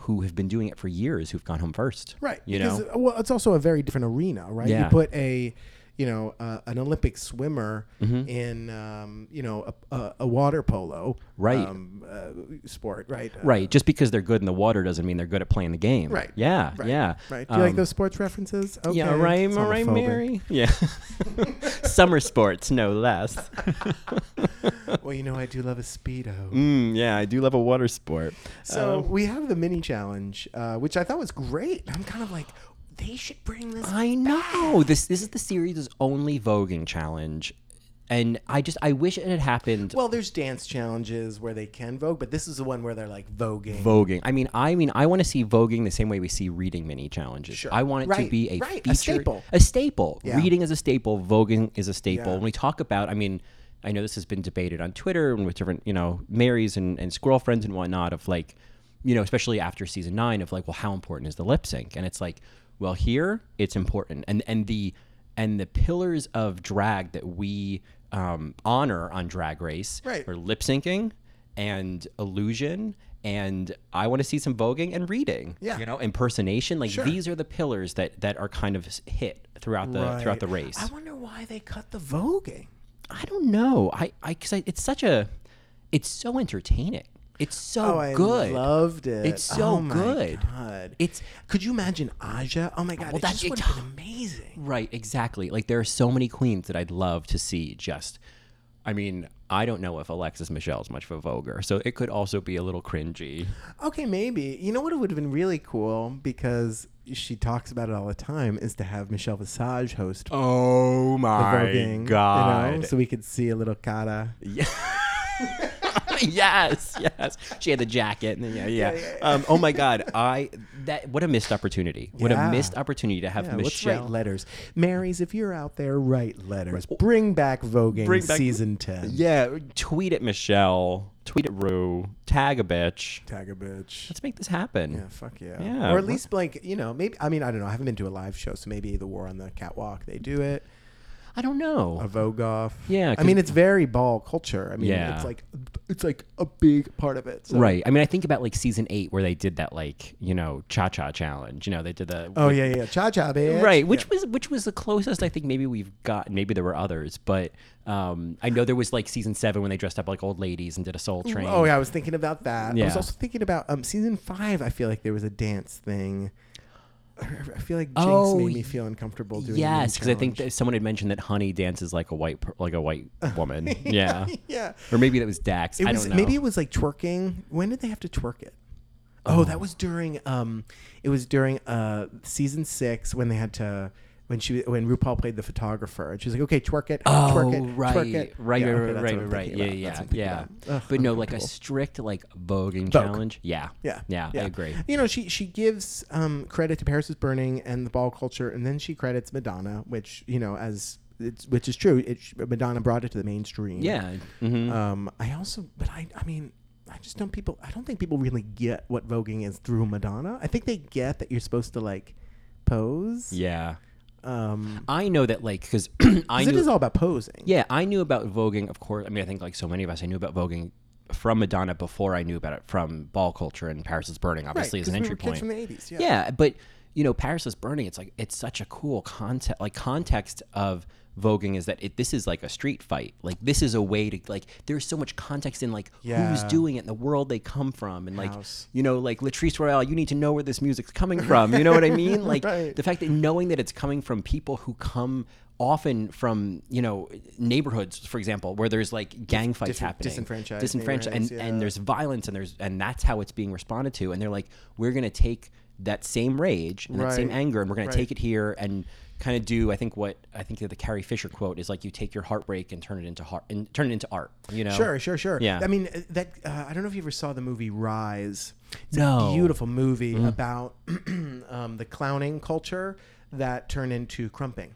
Speaker 4: who have been doing it for years who've gone home first.
Speaker 5: right
Speaker 4: You
Speaker 5: because,
Speaker 4: know?
Speaker 5: uh, well it's also a very different arena right
Speaker 4: Yeah.
Speaker 5: you put a you know uh, an olympic swimmer
Speaker 4: Mm-hmm.
Speaker 5: in um, you know a, a, a water polo
Speaker 4: Right.
Speaker 5: um, uh, sport right Uh,
Speaker 4: Right. Just because they're good in the water doesn't mean they're good at playing the game.
Speaker 5: Right.
Speaker 4: Yeah.
Speaker 5: right,
Speaker 4: Yeah.
Speaker 5: right do you like
Speaker 4: Um,
Speaker 5: those sports references okay.
Speaker 4: Yeah, right,
Speaker 5: it's
Speaker 4: right,
Speaker 5: homophobic.
Speaker 4: Mary. Yeah. <laughs> Summer sports, no less.
Speaker 5: <laughs> well you know i do love a speedo
Speaker 4: Mm, yeah, I do love a water sport.
Speaker 5: so we have the mini challenge uh, which i thought was great i'm kind of like they should bring this
Speaker 4: I know this. This is the series' only voguing challenge, and I just I wish it had happened.
Speaker 5: well there's dance challenges where they can vogue but this is the one where they're like voguing
Speaker 4: voguing. I mean, I mean, I want to see voguing the same way we see reading mini challenges.
Speaker 5: Sure.
Speaker 4: I want it to
Speaker 5: Right,
Speaker 4: be a
Speaker 5: right, a
Speaker 4: featured,
Speaker 5: staple.
Speaker 4: A staple.
Speaker 5: Yeah.
Speaker 4: Reading is a staple. Voguing is a staple.
Speaker 5: Yeah.
Speaker 4: When we talk about, I mean, I know this has been debated on Twitter and with different, you know, Marys and and squirrel friends and whatnot of like, you know, especially after season nine of like, well, how important is the lip sync? And it's like, well, here it's important, and and the and the pillars of drag that we um, honor on Drag Race
Speaker 5: Right.
Speaker 4: are lip syncing and illusion and I want to see some voguing and reading.
Speaker 5: Yeah.
Speaker 4: You know, impersonation. Like
Speaker 5: Sure.
Speaker 4: these are the pillars that that are kind of s- hit throughout the
Speaker 5: Right.
Speaker 4: throughout the race.
Speaker 5: I wonder why they cut the voguing.
Speaker 4: I don't know. I I cuz it's such a it's so entertaining. It's so
Speaker 5: Oh, I
Speaker 4: good.
Speaker 5: loved it.
Speaker 4: It's so
Speaker 5: Oh my
Speaker 4: good.
Speaker 5: God.
Speaker 4: It's
Speaker 5: Could you imagine Aja? Oh my God,
Speaker 4: Well,
Speaker 5: it
Speaker 4: that's-
Speaker 5: just
Speaker 4: it-
Speaker 5: would have been amazing.
Speaker 4: right, exactly. Like there are so many queens that I'd love to see just I mean, I don't know if Alexis Michelle is much of a voguer, so it could also be a little cringy.
Speaker 5: Okay, maybe. You know what would have been really cool because she talks about it all the time is to have Michelle Visage host
Speaker 4: Oh
Speaker 5: the
Speaker 4: my
Speaker 5: voguing. you know, so we could see a little cara.
Speaker 4: <laughs> yes, yes. She had the jacket and the, yeah, yeah. Um, oh my God, I that what a missed opportunity. What
Speaker 5: Yeah.
Speaker 4: a missed opportunity to have
Speaker 5: Yeah, let's
Speaker 4: Michelle. Oh.
Speaker 5: write letters. Marys, if you're out there, write letters. Bring back voguing
Speaker 4: Bring back-
Speaker 5: season 10.
Speaker 4: yeah, tweet at Michelle. Tweet at Rue. Tag a bitch.
Speaker 5: Tag a bitch.
Speaker 4: Let's make this happen.
Speaker 5: Yeah, fuck yeah.
Speaker 4: Yeah,
Speaker 5: Or at
Speaker 4: wha-
Speaker 5: least like, you know, maybe I mean, I don't know. I haven't been to a live show, so maybe the war on the catwalk, they do it.
Speaker 4: I don't know.
Speaker 5: A Vogue off.
Speaker 4: Yeah,
Speaker 5: I mean,
Speaker 4: 'cause-
Speaker 5: it's very ball culture. I mean,
Speaker 4: Yeah.
Speaker 5: it's like it's like a big part of it. So.
Speaker 4: Right. I mean, I think about like season eight where they did that like you know cha cha challenge. You know, they did the
Speaker 5: Oh yeah, yeah. Cha cha bitch.
Speaker 4: right which was which was the closest i think maybe we've got maybe there were others but um i know there was like season seven when they dressed up like old ladies and did a soul train
Speaker 5: Oh yeah, I was thinking about that. I was
Speaker 4: Yeah.
Speaker 5: also thinking about um season five. I feel like there was a dance thing. I feel like Jinx
Speaker 4: Oh,
Speaker 5: made me
Speaker 4: y-
Speaker 5: feel uncomfortable doing. the
Speaker 4: yes because i think
Speaker 5: challenge.
Speaker 4: that someone had mentioned that honey dances like a white per- like a
Speaker 5: <laughs>
Speaker 4: white woman yeah
Speaker 5: yeah.
Speaker 4: or maybe that was dax
Speaker 5: It
Speaker 4: i
Speaker 5: was
Speaker 4: don't know
Speaker 5: maybe it was like twerking. When did they have to twerk it? Oh, that was during um it was during uh season 6 when they had to when she when RuPaul played the photographer and she was like, "Okay, twerk it, twerk it,
Speaker 4: Oh, right,
Speaker 5: twerk it."
Speaker 4: right,
Speaker 5: Yeah,
Speaker 4: right,
Speaker 5: okay,
Speaker 4: right,
Speaker 5: that's what
Speaker 4: right,
Speaker 5: I'm
Speaker 4: right,
Speaker 5: thinking
Speaker 4: yeah,
Speaker 5: about. That's
Speaker 4: yeah,
Speaker 5: what I'm
Speaker 4: yeah.
Speaker 5: thinking about. Ugh,
Speaker 4: but no, like a
Speaker 5: uncomfortable.
Speaker 4: strict like voguing
Speaker 5: Vogue.
Speaker 4: challenge. Yeah,
Speaker 5: yeah,
Speaker 4: yeah, I agree.
Speaker 5: You know, she she gives um, credit to Paris is Burning and the ball culture, and then she credits Madonna, which you know as it's, which is true. It, Madonna brought it to the mainstream.
Speaker 4: Yeah, mm-hmm.
Speaker 5: Um, I also, but I, I mean, I just don't people. I don't think people really get what voguing is through Madonna. I think they get that you're supposed to like pose.
Speaker 4: yeah.
Speaker 5: Um,
Speaker 4: I know that like because <clears throat> I
Speaker 5: 'cause it
Speaker 4: knew
Speaker 5: is all about posing.
Speaker 4: Yeah, I knew about voguing, of course. I mean, I think like so many of us, I knew about voguing from Madonna before I knew about it from ball culture and Paris is Burning, obviously,
Speaker 5: Right,
Speaker 4: as an
Speaker 5: 'cause
Speaker 4: entry
Speaker 5: we were
Speaker 4: point.
Speaker 5: kids from the 80s, yeah.
Speaker 4: but you know, Paris is Burning. It's like it's such a cool context. Like context of voguing is that it, this is like a street fight. Like this is a way to like. There's so much context in like who's
Speaker 5: Yeah.
Speaker 4: doing it and the world they come from, and like
Speaker 5: House.
Speaker 4: you know, like Latrice Royale. You need to know where this music's coming from. You know
Speaker 5: <laughs>
Speaker 4: what I mean? Like
Speaker 5: Right.
Speaker 4: the fact that knowing that it's coming from people who come often from you know neighborhoods for example where there's like gang fights happening
Speaker 5: disenfranchised
Speaker 4: disenfranchised and,
Speaker 5: neighborhoods, yeah.
Speaker 4: and there's violence and there's and that's how it's being responded to and they're like we're going to take that same rage and that same
Speaker 5: Right.
Speaker 4: anger and we're going
Speaker 5: Right.
Speaker 4: to take it here and kind of do i think what i think the carrie fisher quote is like you take your heartbreak and turn it into heart and turn it into art you know
Speaker 5: Sure, sure, sure.
Speaker 4: Yeah.
Speaker 5: I mean, uh, that uh, I don't know if you ever saw the movie Rise. It's a
Speaker 4: No. Mm-hmm.
Speaker 5: beautiful movie about <clears throat> um, the clowning culture that turned into crumping.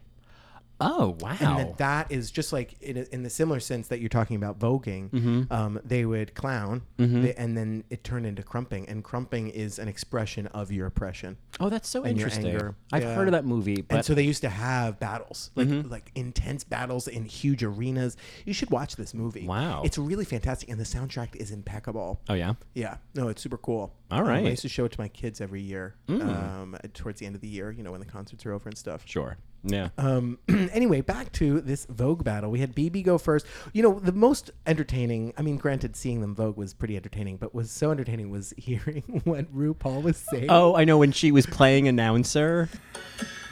Speaker 4: oh wow
Speaker 5: and that that is just like in, a- in the similar sense that you're talking about voguing
Speaker 4: Mm-hmm.
Speaker 5: um, they would clown they- and then it turned into crumping and crumping is an expression of your oppression
Speaker 4: oh that's so
Speaker 5: and your
Speaker 4: interesting
Speaker 5: anger.
Speaker 4: i've
Speaker 5: Yeah.
Speaker 4: heard of that movie but Mm-hmm.
Speaker 5: and so they used to have battles like like intense battles in huge arenas you should watch this movie
Speaker 4: Wow.
Speaker 5: it's really fantastic and the soundtrack is impeccable
Speaker 4: oh yeah
Speaker 5: yeah, no, it's super cool.
Speaker 4: All
Speaker 5: Um, I
Speaker 4: right. Mm.
Speaker 5: used to show it to my kids every year, um, towards the end of the year, you know, when the concerts are over and stuff. <clears throat>
Speaker 4: sure yeah
Speaker 5: Um, anyway, back to this Vogue battle. We had BB go first. You know, the most entertaining, I mean, granted, seeing them Vogue was pretty entertaining, but was so entertaining was <laughs> hearing what RuPaul was saying.
Speaker 4: oh i know when she was playing announcer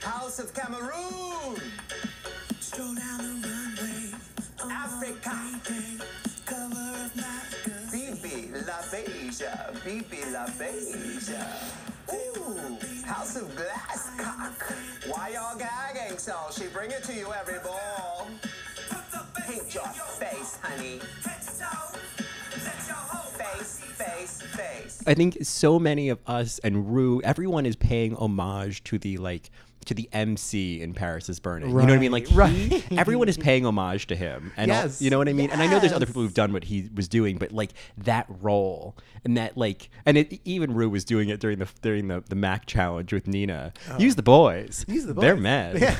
Speaker 3: House of Cameroon. Stroll down the runway. Africa. Cover of magazine.
Speaker 2: Bibi La Beige, Bibi La Beige.
Speaker 3: Ooh,
Speaker 2: House of Glass Cock.
Speaker 3: why y'all gagging so? She bring it to you every ball.
Speaker 2: Paint your face, honey. Face, face, face.
Speaker 4: I think so many of us and Rue, everyone is paying homage to the like to the MC in Paris is Burning. You know what I mean? Like
Speaker 5: Right,
Speaker 4: he-
Speaker 5: right. <laughs>
Speaker 4: everyone is paying homage to him. And all-
Speaker 5: Yes,
Speaker 4: you know what I mean? And I know there's other
Speaker 5: yes.
Speaker 4: people who've done what he was doing, but like that role and that like and it, even Rue was doing it during the during the, the Mac challenge with Nina. Use the boys.
Speaker 5: Oh. Use the
Speaker 4: They're
Speaker 5: boys.
Speaker 4: men.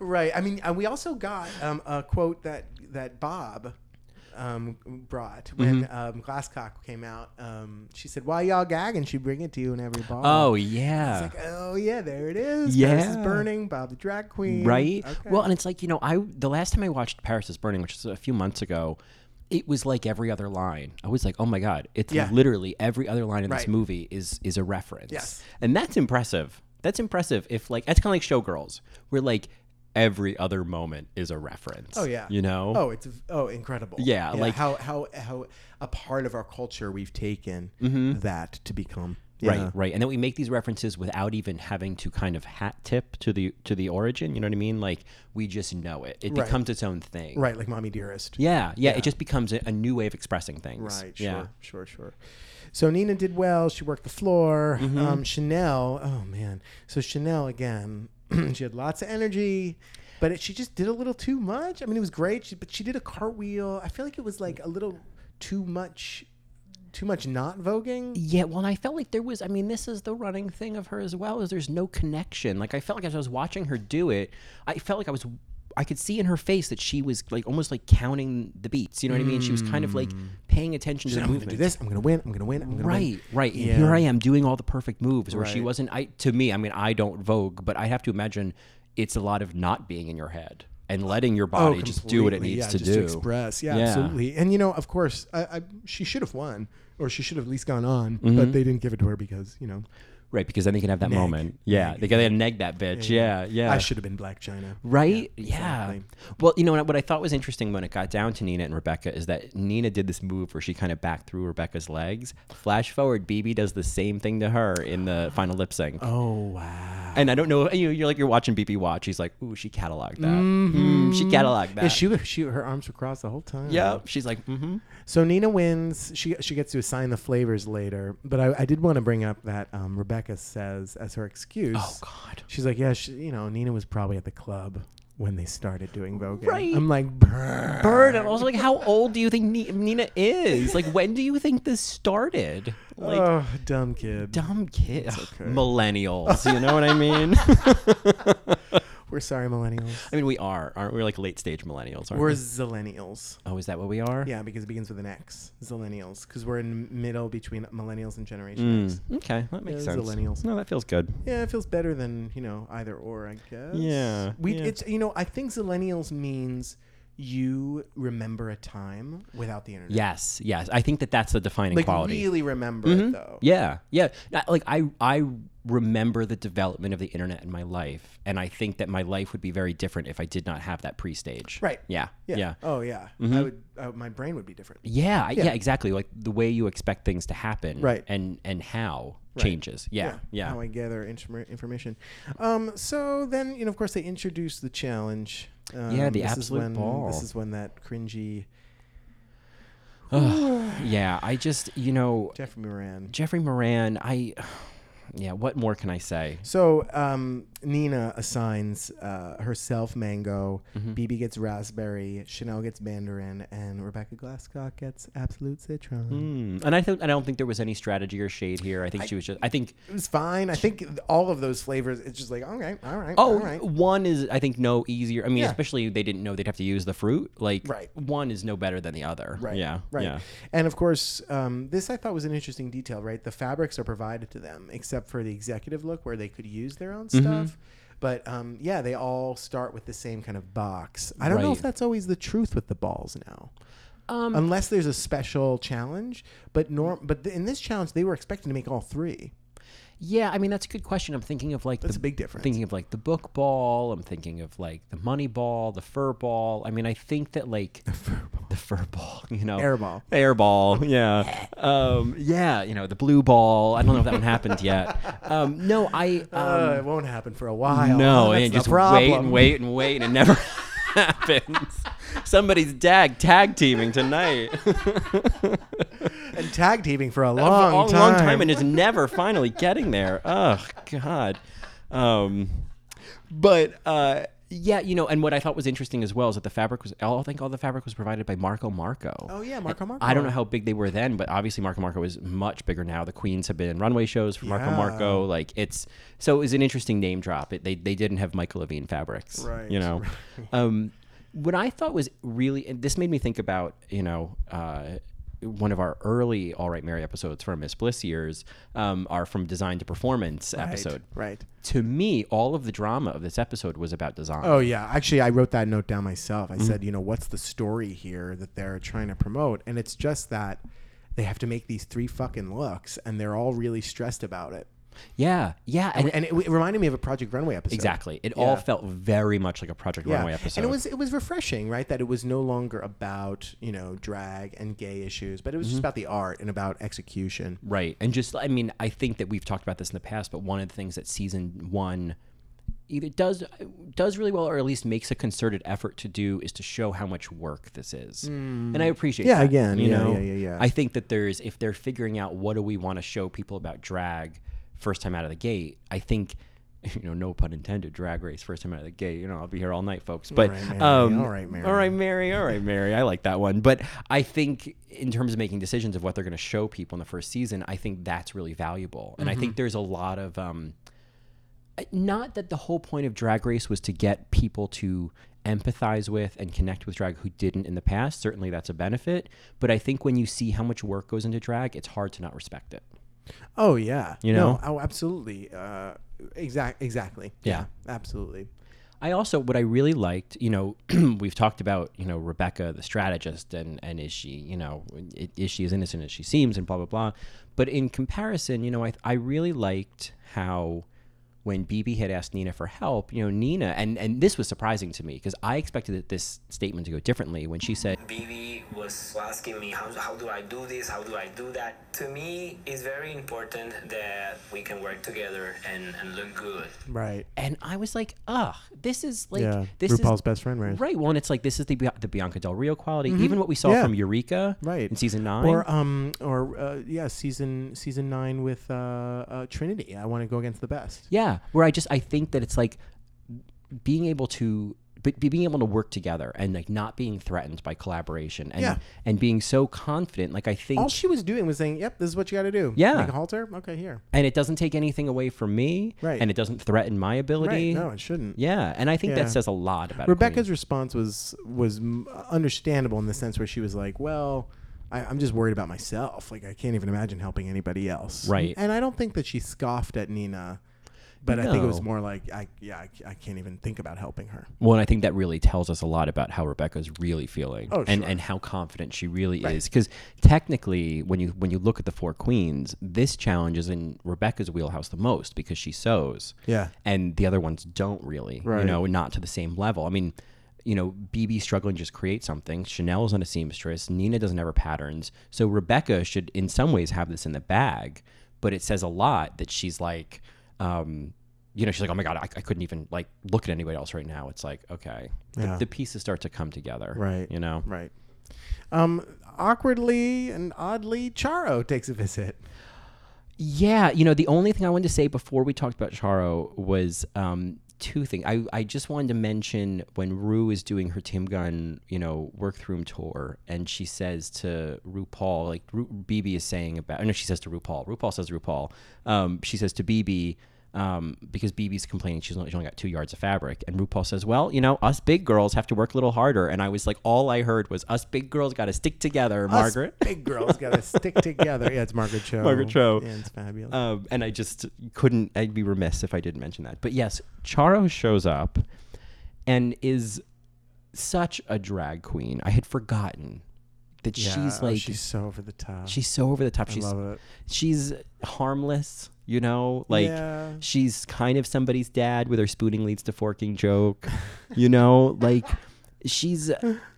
Speaker 5: Right. I mean, and we also got um, a quote that, that Bob. um, brought when
Speaker 4: Mm-hmm.
Speaker 5: um, Glasscock came out. Um, she said, "Why y'all gagging?" She bring it to you in every bar.
Speaker 4: <laughs> Oh yeah.
Speaker 5: It's like, oh yeah, there it is. Paris is
Speaker 4: Yeah.
Speaker 5: burning. Bob the drag queen.
Speaker 4: right
Speaker 5: Okay.
Speaker 4: well and it's like you know i the last time i watched paris is burning which was a few months ago it was like every other line i was like oh my god it's
Speaker 5: Yeah.
Speaker 4: literally every other line in
Speaker 5: Right.
Speaker 4: this movie is is a reference
Speaker 5: Yes.
Speaker 4: and that's impressive that's impressive if like that's kind of like showgirls where like every other moment is a reference
Speaker 5: Oh yeah.
Speaker 4: you know
Speaker 5: Oh, it's oh incredible.
Speaker 4: Yeah, like-
Speaker 5: how how how a part of our culture we've taken that to become.
Speaker 4: Mm-hmm. Right,
Speaker 5: Yeah.
Speaker 4: right, and then we make these references without even having to kind of hat tip to the to the origin. You know what I mean? Like we just know it; it
Speaker 5: Right.
Speaker 4: becomes its own thing.
Speaker 5: Right, like mommy dearest.
Speaker 4: Yeah, yeah, It just becomes a, a new way of expressing things.
Speaker 5: Right. Sure.
Speaker 4: Yeah.
Speaker 5: Sure. Sure. So Nina did well. She worked the floor.
Speaker 4: Mm-hmm.
Speaker 5: Um, Chanel. Oh man. So Chanel again. <clears throat> she had lots of energy, but it, she just did a little too much. I mean, it was great, she, but she did a cartwheel. I feel like it was like a little too much, too much not voguing.
Speaker 4: Yeah, well, and I felt like there was. I mean, this is the running thing of her as well. Is there's no connection. Like I felt like as I was watching her do it, I felt like I was. I could see in her face that she was like almost like counting the beats. You know what I mean? She was kind of like paying attention to the
Speaker 5: I'm gonna
Speaker 4: movement.
Speaker 5: do Mm. this. I'm gonna win. I'm gonna win. I'm gonna win.
Speaker 4: Right, right. And
Speaker 5: Yeah.
Speaker 4: Here I am doing all the perfect moves where she
Speaker 5: Right.
Speaker 4: wasn't. I to me, I mean, I don't vogue, but I have to imagine it's a lot of not being in your head and letting your body just do what it
Speaker 5: Oh, completely.
Speaker 4: needs
Speaker 5: yeah,
Speaker 4: to
Speaker 5: just
Speaker 4: do.
Speaker 5: express, yeah,
Speaker 4: Yeah.
Speaker 5: absolutely. And you know, of course, I, I, she should have won, or she should have at least gone on,
Speaker 4: Mm-hmm.
Speaker 5: but they didn't give it to her because you know
Speaker 4: Right, because then they can have that moment. Yeah, they gotta neg that bitch. Yeah, yeah.
Speaker 5: I should have been Black China.
Speaker 4: Right? Yeah.
Speaker 5: exactly.
Speaker 4: Well, you know what I- what I thought was interesting when it got down to Nina and Rebecca is that Nina did this move where she kind of backed through Rebecca's legs. Flash forward, BB does the same thing to her in the final lip sync.
Speaker 5: Oh wow!
Speaker 4: And I don't know, you know, you're like you're watching BB watch. He's like, ooh, she cataloged that. Mm, she cataloged that.
Speaker 5: Yeah, Mm-hmm. she was- she her arms were crossed the whole time.
Speaker 4: yeah. She's like, mm-hmm.
Speaker 5: So Nina wins. She she gets to assign the flavors later. But I, I did want to bring up that um, Rebecca says as her excuse.
Speaker 4: Oh God.
Speaker 5: She's like, yeah, she, you know, Nina was probably at the club when they started doing voguing.
Speaker 4: Right.
Speaker 5: I'm like, "Brr."
Speaker 4: Bird. And also, like, how old do you think Ni- Nina is? Like, when do you think this started? Like,
Speaker 5: oh, dumb kid.
Speaker 4: dumb kids, millennials. You know what I
Speaker 5: <laughs>
Speaker 4: mean?
Speaker 5: We're sorry, millennials.
Speaker 4: I mean, we are, aren't we? We're, Like late stage millennials, aren't
Speaker 5: We're
Speaker 4: we?
Speaker 5: zillennials.
Speaker 4: Oh, is that what we are?
Speaker 5: Yeah, because it begins with an X. Zillennials, because we're in the middle between millennials and Generation X.
Speaker 4: Okay, that makes
Speaker 5: Yeah,
Speaker 4: sense.
Speaker 5: zillennials.
Speaker 4: No, that feels good.
Speaker 5: Yeah, it feels better than you know either or. I guess.
Speaker 4: Yeah,
Speaker 5: We
Speaker 4: yeah.
Speaker 5: it's you know I think millennials means you remember a time without the internet.
Speaker 4: Yes, yes. I think that that's the defining
Speaker 5: Like
Speaker 4: quality. Mm-hmm.
Speaker 5: really remember it though.
Speaker 4: Yeah, yeah. Not- Like I, I remember the development of the internet in my life, and I think that my life would be very different if I did not have that pre-stage.
Speaker 5: Right.
Speaker 4: Yeah. Yeah.
Speaker 5: Yeah.
Speaker 4: Yeah. Mm-hmm.
Speaker 5: Oh yeah. I would. Uh, my brain would be different.
Speaker 4: Yeah, exactly. Like the way you expect things to happen,
Speaker 5: Right.
Speaker 4: And and how changes. Yeah, yeah,
Speaker 5: How I gather inform- information. Um. So then you know of course they introduce the challenge. Um,
Speaker 4: Yeah, the
Speaker 5: this is
Speaker 4: absolute
Speaker 5: when,
Speaker 4: ball.
Speaker 5: This is when that cringy
Speaker 4: yeah. I just, you know,
Speaker 5: Jeffrey Moran.
Speaker 4: Jeffrey Moran. I, <sighs> yeah. What more can I say?
Speaker 5: So um, Nina assigns uh, herself mango, BB gets raspberry, Chanel gets mandarin, and Rebecca Glasscock gets absolute citron.
Speaker 4: Mm. And I think I don't think there was any strategy or shade here. I think she was just. I think.
Speaker 5: It was fine. I think all of those flavors. It's just like okay, all right,
Speaker 4: Oh,
Speaker 5: all right.
Speaker 4: one is I think no easier. I mean,
Speaker 5: Yeah.
Speaker 4: especially they didn't know they'd have to use the fruit. Like,
Speaker 5: Right.
Speaker 4: one is no better than the other.
Speaker 5: Right.
Speaker 4: Yeah.
Speaker 5: Right.
Speaker 4: Yeah.
Speaker 5: And of course, um, this I thought was an interesting detail, right? The fabrics are provided to them, except for the executive look where they could use their own
Speaker 4: Mm-hmm.
Speaker 5: stuff. But um, yeah, they all start with the same kind of box. I don't know
Speaker 4: Right.
Speaker 5: if
Speaker 4: Um,
Speaker 5: that's always the truth with the balls now. Unless there's a special challenge, but norm, but th- in this challenge they were expecting to make all three.
Speaker 4: Yeah. I mean, that's a good question. I'm thinking of like
Speaker 5: That's
Speaker 4: the
Speaker 5: a big difference.
Speaker 4: Thinking of like the book ball. I'm thinking of like the money ball, the fur ball. I mean, I think that like the fur ball, <laughs> you know,
Speaker 5: Air ball.
Speaker 4: air ball.
Speaker 5: <laughs>
Speaker 4: Yeah. um, yeah. You know, the blue ball. I don't know if that one happened yet. Um, no,
Speaker 5: <laughs>
Speaker 4: I. Um,
Speaker 5: uh, it won't happen for a while.
Speaker 4: No,
Speaker 5: That's
Speaker 4: and
Speaker 5: the
Speaker 4: just wait
Speaker 5: problem.
Speaker 4: and wait and wait, and it never <laughs> happens. Somebody's dag tag teaming tonight
Speaker 5: and tag teaming for a
Speaker 4: for a
Speaker 5: long,
Speaker 4: long,
Speaker 5: time.
Speaker 4: long time, and it's never finally getting there. Oh God. Um, but uh, yeah, you know, and what I thought was interesting as well is that the fabric was. I think all the fabric was provided by Marco Marco.
Speaker 5: oh yeah, Marco Marco.
Speaker 4: I don't know how big they were then, but obviously Marco Marco is much bigger now. The Queens have been in runway shows for Marco
Speaker 5: Yeah.
Speaker 4: Marco. Like it's so it was an interesting name drop. It, they they didn't have Michael Levine fabrics,
Speaker 5: Right,
Speaker 4: You know, um, what I thought was really, and this made me think about, you know, uh, one of our early All Right Mary episodes from Miss Bliss years, um, our From Design to Performance episode.
Speaker 5: Right.
Speaker 4: To me, all of the drama of this episode was about design.
Speaker 5: Oh yeah, actually, I wrote that note down myself. I
Speaker 4: Mm.
Speaker 5: said, you know, what's the story here that they're trying to promote? And it's just that they have to make these three fucking looks, and they're all really stressed about it.
Speaker 4: Yeah, yeah. And,
Speaker 5: And it, it reminded me of a Project Runway episode.
Speaker 4: exactly. It all felt very much like a Project Runway episode.
Speaker 5: And it was it was refreshing, right? That it was no longer about you know drag and gay issues, but it was
Speaker 4: Mm-hmm.
Speaker 5: just about the art and about execution.
Speaker 4: Right. And just, I mean, I think that we've talked about this in the past, but one of the things that season one either does does really well or at least makes a concerted effort to do is to show how much work this is. And I appreciate
Speaker 5: Yeah,
Speaker 4: that.
Speaker 5: again,
Speaker 4: you
Speaker 5: yeah,
Speaker 4: know,
Speaker 5: yeah, yeah, yeah.
Speaker 4: I think that there's if they're figuring out what do we want to show people about drag first time out of the gate, I think <laughs> you know, no pun intended, drag race first time out of the gate. You know, I'll be here all night, folks. But
Speaker 5: right, Mary.
Speaker 4: um,
Speaker 5: All right, Mary.
Speaker 4: all right, Mary, all right, Mary. I like that one. But I think in terms of making decisions of what they're going to show people in the first season, I think that's really valuable. And
Speaker 5: Mm-hmm.
Speaker 4: I think there's a lot of um, not that the whole point of drag race was to get people to empathize with and connect with drag who didn't in the past certainly that's a benefit but i think when you see how much work goes into drag it's hard to not respect it
Speaker 5: Oh yeah, you
Speaker 4: know?
Speaker 5: oh absolutely, uh, exact exactly,
Speaker 4: Yeah.
Speaker 5: absolutely.
Speaker 4: I also what I really liked, you know, <clears throat> we've talked about you know Rebecca the strategist and and is she you know i- is she as innocent as she seems and blah blah blah, but in comparison, you know, I I really liked how when BB had asked Nina for help, you know, Nina and and this was surprising to me because I expected that this statement to go differently when she said,
Speaker 6: BB was asking me, how, how do I do this? How do I do that? To me, it's very important that we can work together and, and look good.
Speaker 5: Right.
Speaker 4: and I was like, ugh, this is like
Speaker 5: Yeah,
Speaker 4: this is
Speaker 5: RuPaul's Best Friend, right? Mm-hmm.
Speaker 4: Right. Well, and it's like this is the Bia- the Bianca Del Rio quality, even what we saw
Speaker 5: Yeah.
Speaker 4: from Eureka,
Speaker 5: Right
Speaker 4: in season nine,
Speaker 5: or um, or uh, yeah, season season nine with uh, uh, Trinity. I want to go against the best.
Speaker 4: Yeah, where I just I think that it's like being able to but be- being able to work together and like not being threatened by collaboration and
Speaker 5: Yeah.
Speaker 4: and being so confident. Like I think
Speaker 5: All she was doing was saying, "Yep, this is what you got to do."
Speaker 4: Yeah.
Speaker 5: like a halter. Okay, here.
Speaker 4: and it doesn't take anything away from me
Speaker 5: Right.
Speaker 4: and it doesn't threaten my ability.
Speaker 5: Right. No, it shouldn't.
Speaker 4: Yeah, and I think
Speaker 5: Yeah.
Speaker 4: that says a lot about a
Speaker 5: Rebecca's response was was m- understandable in the sense where she was like, "Well, I, I'm just worried about myself. Like, I can't even imagine helping anybody else."
Speaker 4: Right.
Speaker 5: And I don't think that she scoffed at Nina, but I think it was
Speaker 4: No.
Speaker 5: more like, "I yeah, I, c- I can't even think about helping her."
Speaker 4: Well, and I think that really tells us a lot about how Rebecca's really feeling
Speaker 5: Oh,
Speaker 4: and,
Speaker 5: sure.
Speaker 4: and how confident she really is. Because technically, when you when you look at the four queens, this challenge is in Rebecca's wheelhouse the most because she sews.
Speaker 5: Yeah.
Speaker 4: And the other ones don't really,
Speaker 5: Right.
Speaker 4: you know, not to the same level. I mean, you know, BB struggling to just create something. Chanel's not a seamstress. Nina doesn't have her patterns. So Rebecca should, in some ways, have this in the bag. But it says a lot that she's like, um, you know, she's like, oh my god, I, I couldn't even like look at anybody else right now. It's like, okay, the,
Speaker 5: Yeah.
Speaker 4: the pieces start to come together,
Speaker 5: Right.
Speaker 4: You know,
Speaker 5: Right. Um, awkwardly and oddly, Charo takes a visit.
Speaker 4: Yeah, you know, the only thing I wanted to say before we talked about Charo was um, two things. I, I just wanted to mention when Rue is doing her Tim Gun, you know, workroom tour, and she says to RuPaul, like Ru- BB is saying about, no, she says to RuPaul. RuPaul says to RuPaul. Um, she says to BB. Um, because BB's complaining she's only, she only got two yards of fabric, and RuPaul says, "Well, you know, us big girls have to work a little harder." And I was like, all I heard was, "Us big girls got to stick together,
Speaker 5: Us
Speaker 4: Margaret."
Speaker 5: <laughs> big girls got to stick together. Yeah, it's Margaret Cho.
Speaker 4: Margaret Cho.
Speaker 5: Yeah, it's fabulous.
Speaker 4: Um, and I just couldn't. I'd be remiss if I didn't mention that. But yes, Charo shows up and is such a drag queen. I had forgotten that she's
Speaker 5: oh,
Speaker 4: like
Speaker 5: she's so over the top.
Speaker 4: she's so over the top.
Speaker 5: I
Speaker 4: she's
Speaker 5: love it.
Speaker 4: she's harmless. You know, like
Speaker 5: Yeah.
Speaker 4: she's kind of somebody's dad with her spooning leads to forking joke. <laughs> You know, like she's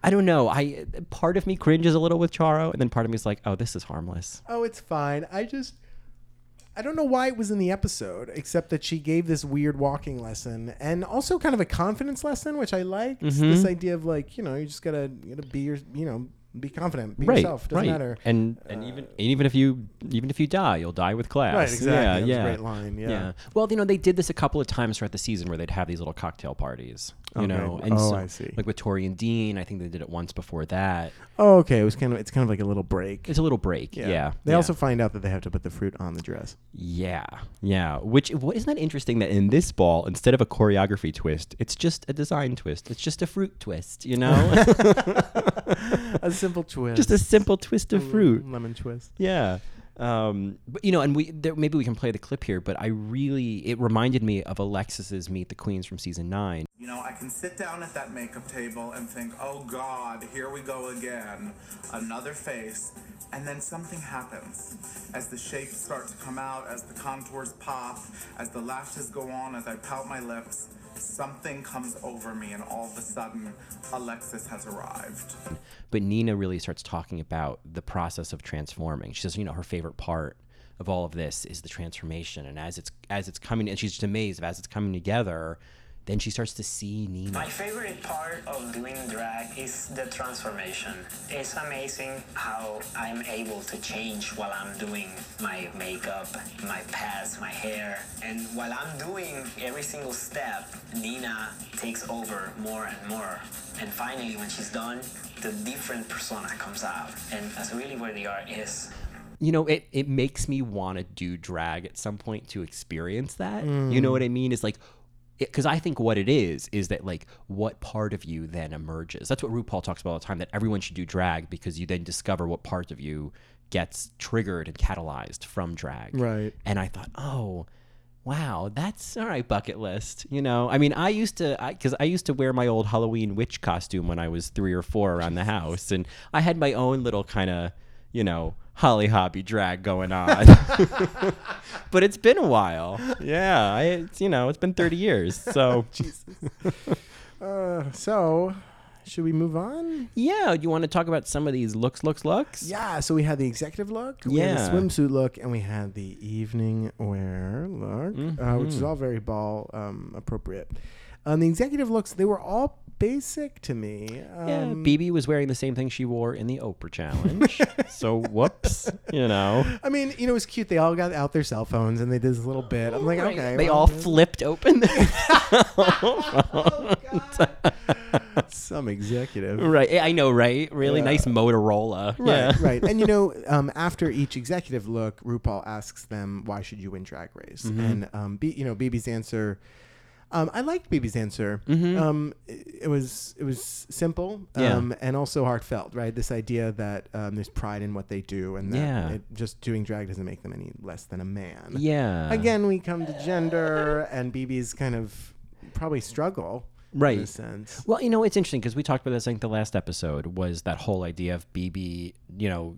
Speaker 4: I don't know. I part of me cringes a little with Charo, and then part of me is like, oh, this is harmless.
Speaker 5: oh, it's fine. I just, I don't know why it was in the episode, except that she gave this weird walking lesson and also
Speaker 4: Mm-hmm.
Speaker 5: kind of a confidence lesson, which I liked. This idea of like, you know, you just gotta, you gotta be your, you know, Be confident. Be
Speaker 4: right,
Speaker 5: yourself. Doesn't
Speaker 4: right.
Speaker 5: matter. Uh,
Speaker 4: And and even and even if you even if you die, you'll die with class.
Speaker 5: Right, exactly.
Speaker 4: Yeah,
Speaker 5: That's a
Speaker 4: yeah.
Speaker 5: great line, yeah.
Speaker 4: Well, you know, they did this a couple of times throughout the season where they'd have these little cocktail parties. You
Speaker 5: Okay.
Speaker 4: know,
Speaker 5: Oh, I see.
Speaker 4: Like with Tori and Dean, I think they did it once before that.
Speaker 5: oh, okay. It was kind of. It's kind of like a little break.
Speaker 4: It's a little break. Yeah.
Speaker 5: They
Speaker 4: yeah.
Speaker 5: also find out that they have to put the fruit on the dress.
Speaker 4: Yeah, yeah. Which what isn't that interesting that in this ball, instead of a choreography twist, it's just a design twist. It's just a fruit twist. You
Speaker 5: <laughs>
Speaker 4: know,
Speaker 5: A <laughs> simple twist.
Speaker 4: just a simple twist
Speaker 5: Mm.
Speaker 4: of fruit.
Speaker 5: Lemon twist.
Speaker 4: Yeah. Um, but you know, and we there, maybe we can play the clip here. But I really, it reminded me of Alexis's Meet the Queens from season nine.
Speaker 7: You know, I can sit down at that makeup table and think, oh God, here we go again. Another face. And then something happens. As the shapes start to come out, as the contours pop, as the lashes go on, as I pout my lips, something comes over me, and all of a sudden, Alexis has arrived.
Speaker 4: But Nina really starts talking about the process of transforming. She says, you know, her favorite part of all of this is the transformation, and as it's as it's coming, and she's just amazed of as it's coming together. Then she starts to see Nina.
Speaker 6: My favorite part of doing drag is the transformation. It's amazing how I'm able to change while I'm doing my makeup, my past, my hair. And while I'm doing every single step, Nina takes over more and more. And finally, when she's done, the different persona comes out. And that's really where the art is.
Speaker 4: you know, it, it makes me want to do drag at some point to experience that. You know what I mean? It's like, because I think what it is is that like what part of you then emerges. That's what RuPaul talks about all the time. That everyone should do drag because you then discover what part of you gets triggered and catalyzed from drag.
Speaker 5: Right.
Speaker 4: And I thought, oh, wow, that's all right, bucket list. You know, I mean, I used to, because I, used to wear my old Halloween witch costume when I was three or four around the house, and I had my own little kind of, you know, holly hobby drag going
Speaker 5: <laughs>
Speaker 4: on. but it's been a while. Yeah, I, it's, you know, it's been 30 years.
Speaker 5: <laughs>
Speaker 4: So,
Speaker 5: Uh, so, should we move on?
Speaker 4: yeah, you want to talk about some of these looks, looks, looks?
Speaker 5: Yeah. So we had the executive look. We had
Speaker 4: Yeah.
Speaker 5: the swimsuit look, and we had the evening wear look, uh, which
Speaker 4: Mm-hmm.
Speaker 5: is all very ball um, appropriate. Um, the executive looks. They were all basic to me. Um,
Speaker 4: Yeah, BB was wearing the same thing she wore in the Oprah
Speaker 5: <laughs>
Speaker 4: challenge. so, whoops, you know.
Speaker 5: I mean, you know, it was cute. They all got out their cell phones and they did this little bit. I'm like,
Speaker 4: Right.
Speaker 5: okay.
Speaker 4: They
Speaker 5: well,
Speaker 4: all
Speaker 5: yeah.
Speaker 4: flipped
Speaker 5: <laughs>
Speaker 4: open.
Speaker 5: some executive.
Speaker 4: right. I know, right? Really nice Motorola.
Speaker 5: <laughs>
Speaker 4: Yeah.
Speaker 5: Right, right.
Speaker 4: <laughs>
Speaker 5: And you know, um, after each executive look, RuPaul asks them, "Why should you win Drag Race?"
Speaker 4: Mm-hmm.
Speaker 5: And um, B, you know, BB's answer. Um, I liked BB's answer. Um, it, it was it was simple
Speaker 4: Mm-hmm. Yeah.
Speaker 5: um, and also heartfelt. Right, this idea that um, there's pride in what they do, and that
Speaker 4: Yeah.
Speaker 5: it, just doing drag doesn't make them any less than a man.
Speaker 4: Yeah.
Speaker 5: Again, we come to gender and BB's kind of probably struggle.
Speaker 4: Right.
Speaker 5: In a sense.
Speaker 4: Well, you know, it's interesting because we talked about this, I think, the last episode was that whole idea of BB, you know,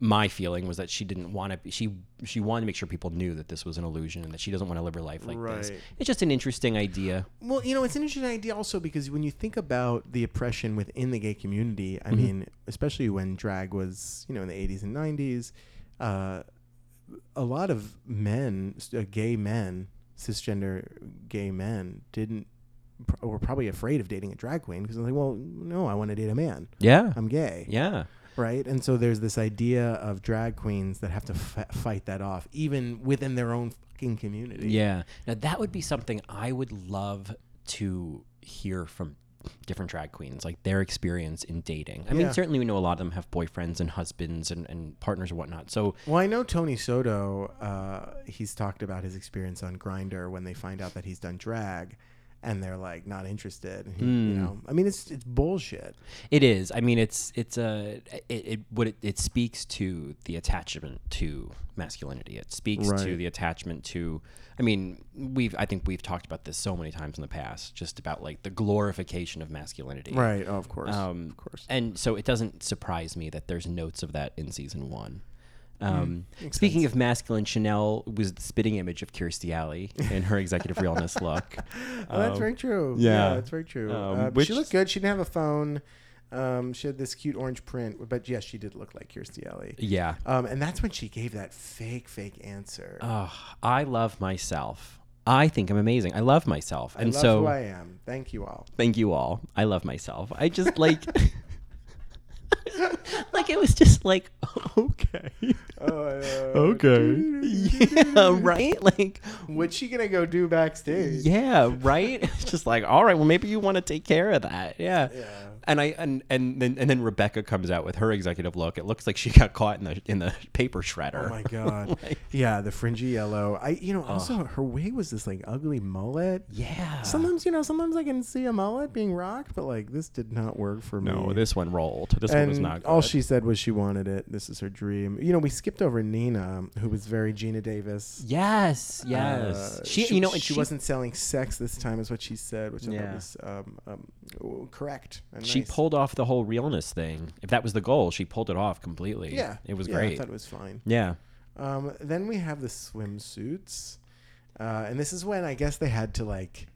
Speaker 4: my feeling was that she didn't want to be, she she wanted to make sure people knew that this was an illusion and that she doesn't want to live her life like this.
Speaker 5: Right.
Speaker 4: It's just an interesting idea.
Speaker 5: Well, you know, it's an interesting idea also because when you think about the oppression within the gay community,
Speaker 4: Mm-hmm.
Speaker 5: I mean, especially when drag was, you know, in the 80s and 90s, uh, a lot of men, uh, gay men, cisgender gay men, didn't pr- were probably afraid of dating a drag queen because they're like, well, no, I want to date a man.
Speaker 4: Yeah.
Speaker 5: I'm gay
Speaker 4: yeah.
Speaker 5: right? And so there's this idea of drag queens that have to f- fight that off, even within their own fucking community.
Speaker 4: Yeah. Now that would be something I would love to hear from different drag queens, like their experience in dating. I mean, certainly we know a lot of them have boyfriends and husbands and, and partners and whatnot. So
Speaker 5: Well, I know Tony Soto. Uh, he's talked about his experience on Grinder when they find out that he's done drag, and they're like not interested. and he-
Speaker 4: Hmm.
Speaker 5: You know, I mean, it's it's bullshit.
Speaker 4: it is. I mean, it's it's a it, it what it, it speaks to the attachment to masculinity. It speaks to
Speaker 5: Right.
Speaker 4: the attachment to. I mean, we've I think we've talked about this so many times in the past, just about like the glorification of masculinity.
Speaker 5: Right. Oh, of course.
Speaker 4: Um,
Speaker 5: of course.
Speaker 4: And so it doesn't surprise me that there's notes of that in season one.
Speaker 5: Mm-hmm.
Speaker 4: Um, speaking of masculine, Chanel was the spitting image of Kirstie Alley in her executive
Speaker 5: <laughs>
Speaker 4: realness look.
Speaker 5: Oh, that's very true.
Speaker 4: yeah.
Speaker 5: that's very true.
Speaker 4: Um,
Speaker 5: uh,
Speaker 4: which-
Speaker 5: she looked good. She didn't have a phone. Um, she had this cute orange print, but yes, she did look like Kirstie Alley.
Speaker 4: Yeah.
Speaker 5: Um, and that's when she gave that fake, fake answer.
Speaker 4: Ugh, I love myself. I think I'm amazing. I love myself. And
Speaker 5: Love
Speaker 4: so
Speaker 5: who I am. Thank you all. <laughs>
Speaker 4: thank you all. I love myself. I just like. <laughs> like it was just like <laughs> okay,
Speaker 5: Oh, <laughs>
Speaker 4: okay, yeah, right. Like
Speaker 5: What's she gonna go do backstage?
Speaker 4: yeah, right. <laughs> It's just like all right. Well, maybe you want to take care of that. Yeah. And I and and then and then Rebecca comes out with her executive look. It looks like she got caught in the in the paper shredder. <laughs>
Speaker 5: Oh my god. yeah, the fringy yellow. I you know also her wig was this like ugly mullet.
Speaker 4: yeah.
Speaker 5: Sometimes you know sometimes I can see a mullet being rocked, but like this did not work for me.
Speaker 4: no, Oh, this one rolled. This one
Speaker 5: and
Speaker 4: was not. Good.
Speaker 5: all she said was she wanted it. This is her dream. You know, we skipped over Nina, who was very Gina Davis.
Speaker 4: Yes, yes.
Speaker 5: Uh,
Speaker 4: she, you know, and
Speaker 5: she,
Speaker 4: she,
Speaker 5: wasn't selling sex this time, is what she said, which I thought
Speaker 4: Yeah.
Speaker 5: was um, um, w- correct. and
Speaker 4: She
Speaker 5: nice.
Speaker 4: pulled off the whole realness thing. If that was the goal, she pulled it off completely.
Speaker 5: Yeah,
Speaker 4: it was
Speaker 5: yeah, I
Speaker 4: great.
Speaker 5: thought it was fine.
Speaker 4: yeah,
Speaker 5: Um, then we have the swimsuits, uh, and this is when I guess they had to like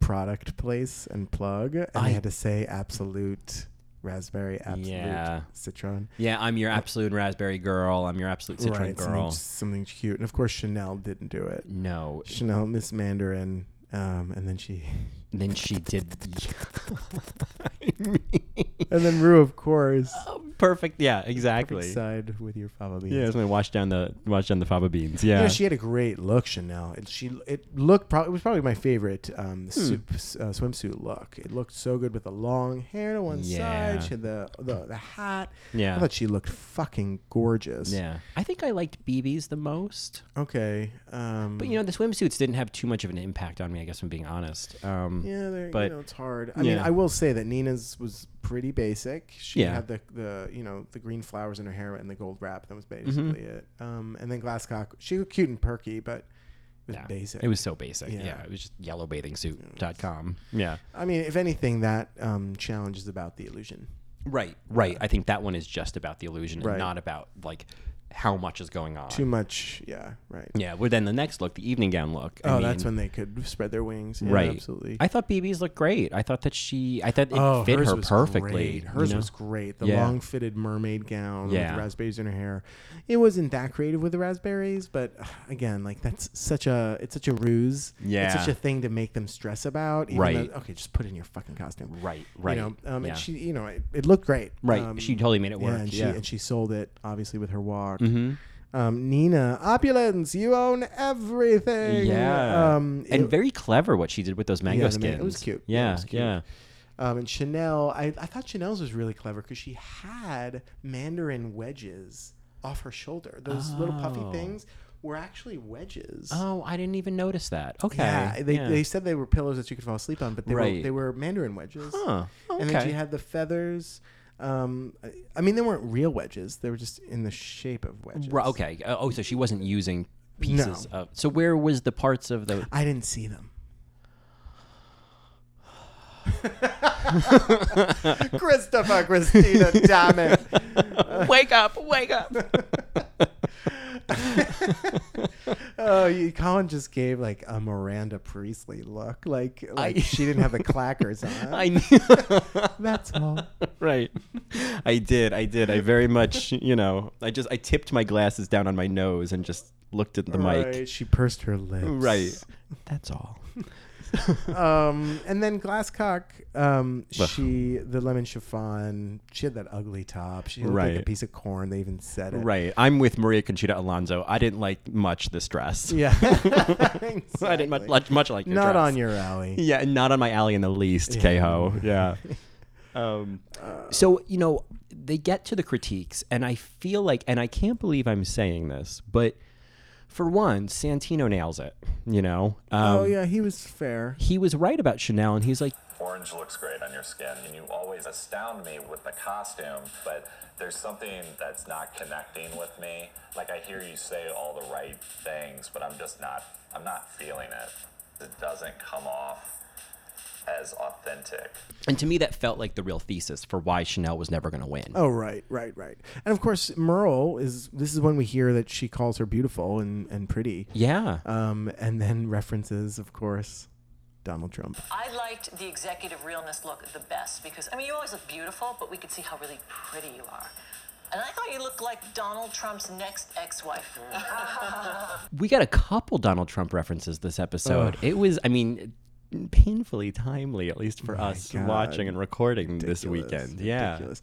Speaker 5: product place and plug, and
Speaker 4: I-
Speaker 5: they had to say absolute raspberry, absolute
Speaker 4: Yeah.
Speaker 5: citron,
Speaker 4: yeah. I'm your absolute raspberry girl. I'm your absolute citron
Speaker 5: right? Something,
Speaker 4: girl.
Speaker 5: something cute, and of course Chanel didn't do it.
Speaker 4: No,
Speaker 5: Chanel, Miss Mandarin, um, and then she, <laughs>
Speaker 4: and then she did.
Speaker 5: and then Rue,
Speaker 4: <laughs>
Speaker 5: of course,
Speaker 4: <laughs> Perfect. Yeah, exactly.
Speaker 5: side with your fava beans.
Speaker 4: Yeah, that's when I washed down the washed down the fava beans. Yeah,
Speaker 5: You know, she had a great look, Chanel. It, she it looked probably it was probably my favorite
Speaker 4: Hmm.
Speaker 5: um, sup- uh, swimsuit look. It looked so good with the long hair to one
Speaker 4: Yeah.
Speaker 5: side. She had the, the the hat.
Speaker 4: Yeah.
Speaker 5: I thought she looked fucking gorgeous.
Speaker 4: yeah. I think I liked BB's the most,
Speaker 5: Okay. Um,
Speaker 4: but you know the swimsuits didn't have too much of an impact on me. I guess if I'm being honest. Um,
Speaker 5: yeah, they're-
Speaker 4: but-
Speaker 5: you know it's hard. I mean,
Speaker 4: yeah.
Speaker 5: I will say that Nina's was pretty basic. She
Speaker 4: Yeah.
Speaker 5: had the the you know the green flowers in her hair and the gold wrap. That was
Speaker 4: Mm-hmm.
Speaker 5: basically it. Um, and then Glasscock, she looked cute and perky, but. It was
Speaker 4: yeah.
Speaker 5: basic.
Speaker 4: It was so basic. Yeah,
Speaker 5: Yeah.
Speaker 4: it was just yellowbathingsuit.com. Yeah.
Speaker 5: I mean, if anything, that um, challenge is about the illusion.
Speaker 4: Right, right. I think that one is just about the illusion
Speaker 5: Right.
Speaker 4: and not about like how much is going on.
Speaker 5: too much. Yeah, right.
Speaker 4: yeah. Well, then the next look, the evening gown look. I
Speaker 5: oh, that's
Speaker 4: mean,
Speaker 5: when they could spread their wings. Yeah,
Speaker 4: right.
Speaker 5: absolutely.
Speaker 4: I thought BB's looked great. I thought that she. I thought it
Speaker 5: oh,
Speaker 4: fit
Speaker 5: hers
Speaker 4: her
Speaker 5: was
Speaker 4: perfectly.
Speaker 5: great.
Speaker 4: you
Speaker 5: Hers
Speaker 4: know?
Speaker 5: was great. The
Speaker 4: Yeah.
Speaker 5: long fitted mermaid gown
Speaker 4: Yeah.
Speaker 5: with raspberries in her hair. It wasn't that creative with the raspberries, but <sighs> ugh, again, like that's such a it's such a ruse.
Speaker 4: Yeah.
Speaker 5: it's such a thing to make them stress about. even
Speaker 4: Right.
Speaker 5: though- okay, just put it in your fucking costume.
Speaker 4: Right,
Speaker 5: You
Speaker 4: right,
Speaker 5: know, um,
Speaker 4: yeah.
Speaker 5: and she, you know, it, it looked great.
Speaker 4: Right,
Speaker 5: Um,
Speaker 4: she totally made it work.
Speaker 5: Yeah, and
Speaker 4: yeah. Mm-hmm.
Speaker 5: she and she sold it obviously with her walk. Um, Nina, opulence, you own everything.
Speaker 4: Yeah.
Speaker 5: um,
Speaker 4: and
Speaker 5: it-
Speaker 4: very clever what she did with those mango
Speaker 5: yeah, the
Speaker 4: skins.
Speaker 5: man- it was cute. Yeah, it
Speaker 4: Yeah,
Speaker 5: was cute.
Speaker 4: yeah.
Speaker 5: Um, and Chanel, I, I thought Chanel's was really clever because she had mandarin wedges off her shoulder. Those little puffy
Speaker 4: Oh.
Speaker 5: things were actually wedges.
Speaker 4: Oh, I didn't even notice that. Okay.
Speaker 5: Yeah, they, they said they were pillows that you could fall asleep on, but they were
Speaker 4: Right.
Speaker 5: they were mandarin wedges.
Speaker 4: Huh,
Speaker 5: And then
Speaker 4: okay.
Speaker 5: she had the feathers. Um, I- I mean, they weren't real wedges; they were just in the shape of wedges.
Speaker 4: Ri- okay. Uh, Oh, so she wasn't using pieces of. So where was the parts of the?
Speaker 5: I didn't see them. <laughs> Christopher Christina, damn it.
Speaker 4: wake up! Wake up!
Speaker 5: Oh, you, Colin just gave like a Miranda Priestley look. Like, like she didn't have the clackers <laughs> on.
Speaker 4: I knew.
Speaker 5: That's all.
Speaker 4: <laughs> right i did i did i very much you know i just i tipped my glasses down on my nose and just looked at the mic
Speaker 5: Right, She pursed her lips.
Speaker 4: right that's all
Speaker 5: Um, and then Glasscock, um, she, the lemon chiffon, she had that ugly top. She looked like a
Speaker 4: Right.
Speaker 5: piece of corn. They even said it.
Speaker 4: right i'm with maria conchita alonso i didn't like much this dress
Speaker 5: Yeah.
Speaker 4: <laughs>
Speaker 5: <laughs>
Speaker 4: i didn't much, much, much like your
Speaker 5: Not
Speaker 4: dress.
Speaker 5: on your alley.
Speaker 4: yeah not on my alley in the least k-ho yeah um, so you know they get to the critiques and i feel like and i can't believe i'm saying this but for one santino nails it you know um,
Speaker 5: oh, yeah. He was fair.
Speaker 4: he was right about chanel and he's like
Speaker 8: Orange looks great on your skin, and you always astound me with the costume, but there's something that's not connecting with me. Like I hear you say all the right things, but I'm just not I'm not feeling it. It doesn't come off as authentic.
Speaker 4: And to me, that felt like the real thesis for why Chanel was never going to win.
Speaker 5: Oh right, right, right. And of course, Merle is. This is when we hear that she calls her beautiful and and pretty.
Speaker 4: Yeah.
Speaker 5: Um, and then references, of course, Donald Trump.
Speaker 9: I liked the executive realness look the best because, I mean, you always look beautiful, but we could see how really pretty you are. And I thought you looked like Donald Trump's next ex wife.
Speaker 8: Mm.
Speaker 4: we got a couple Donald Trump references this episode. It was, I mean, painfully timely, at least for us watching and recording this weekend. Yeah.
Speaker 5: Ridiculous.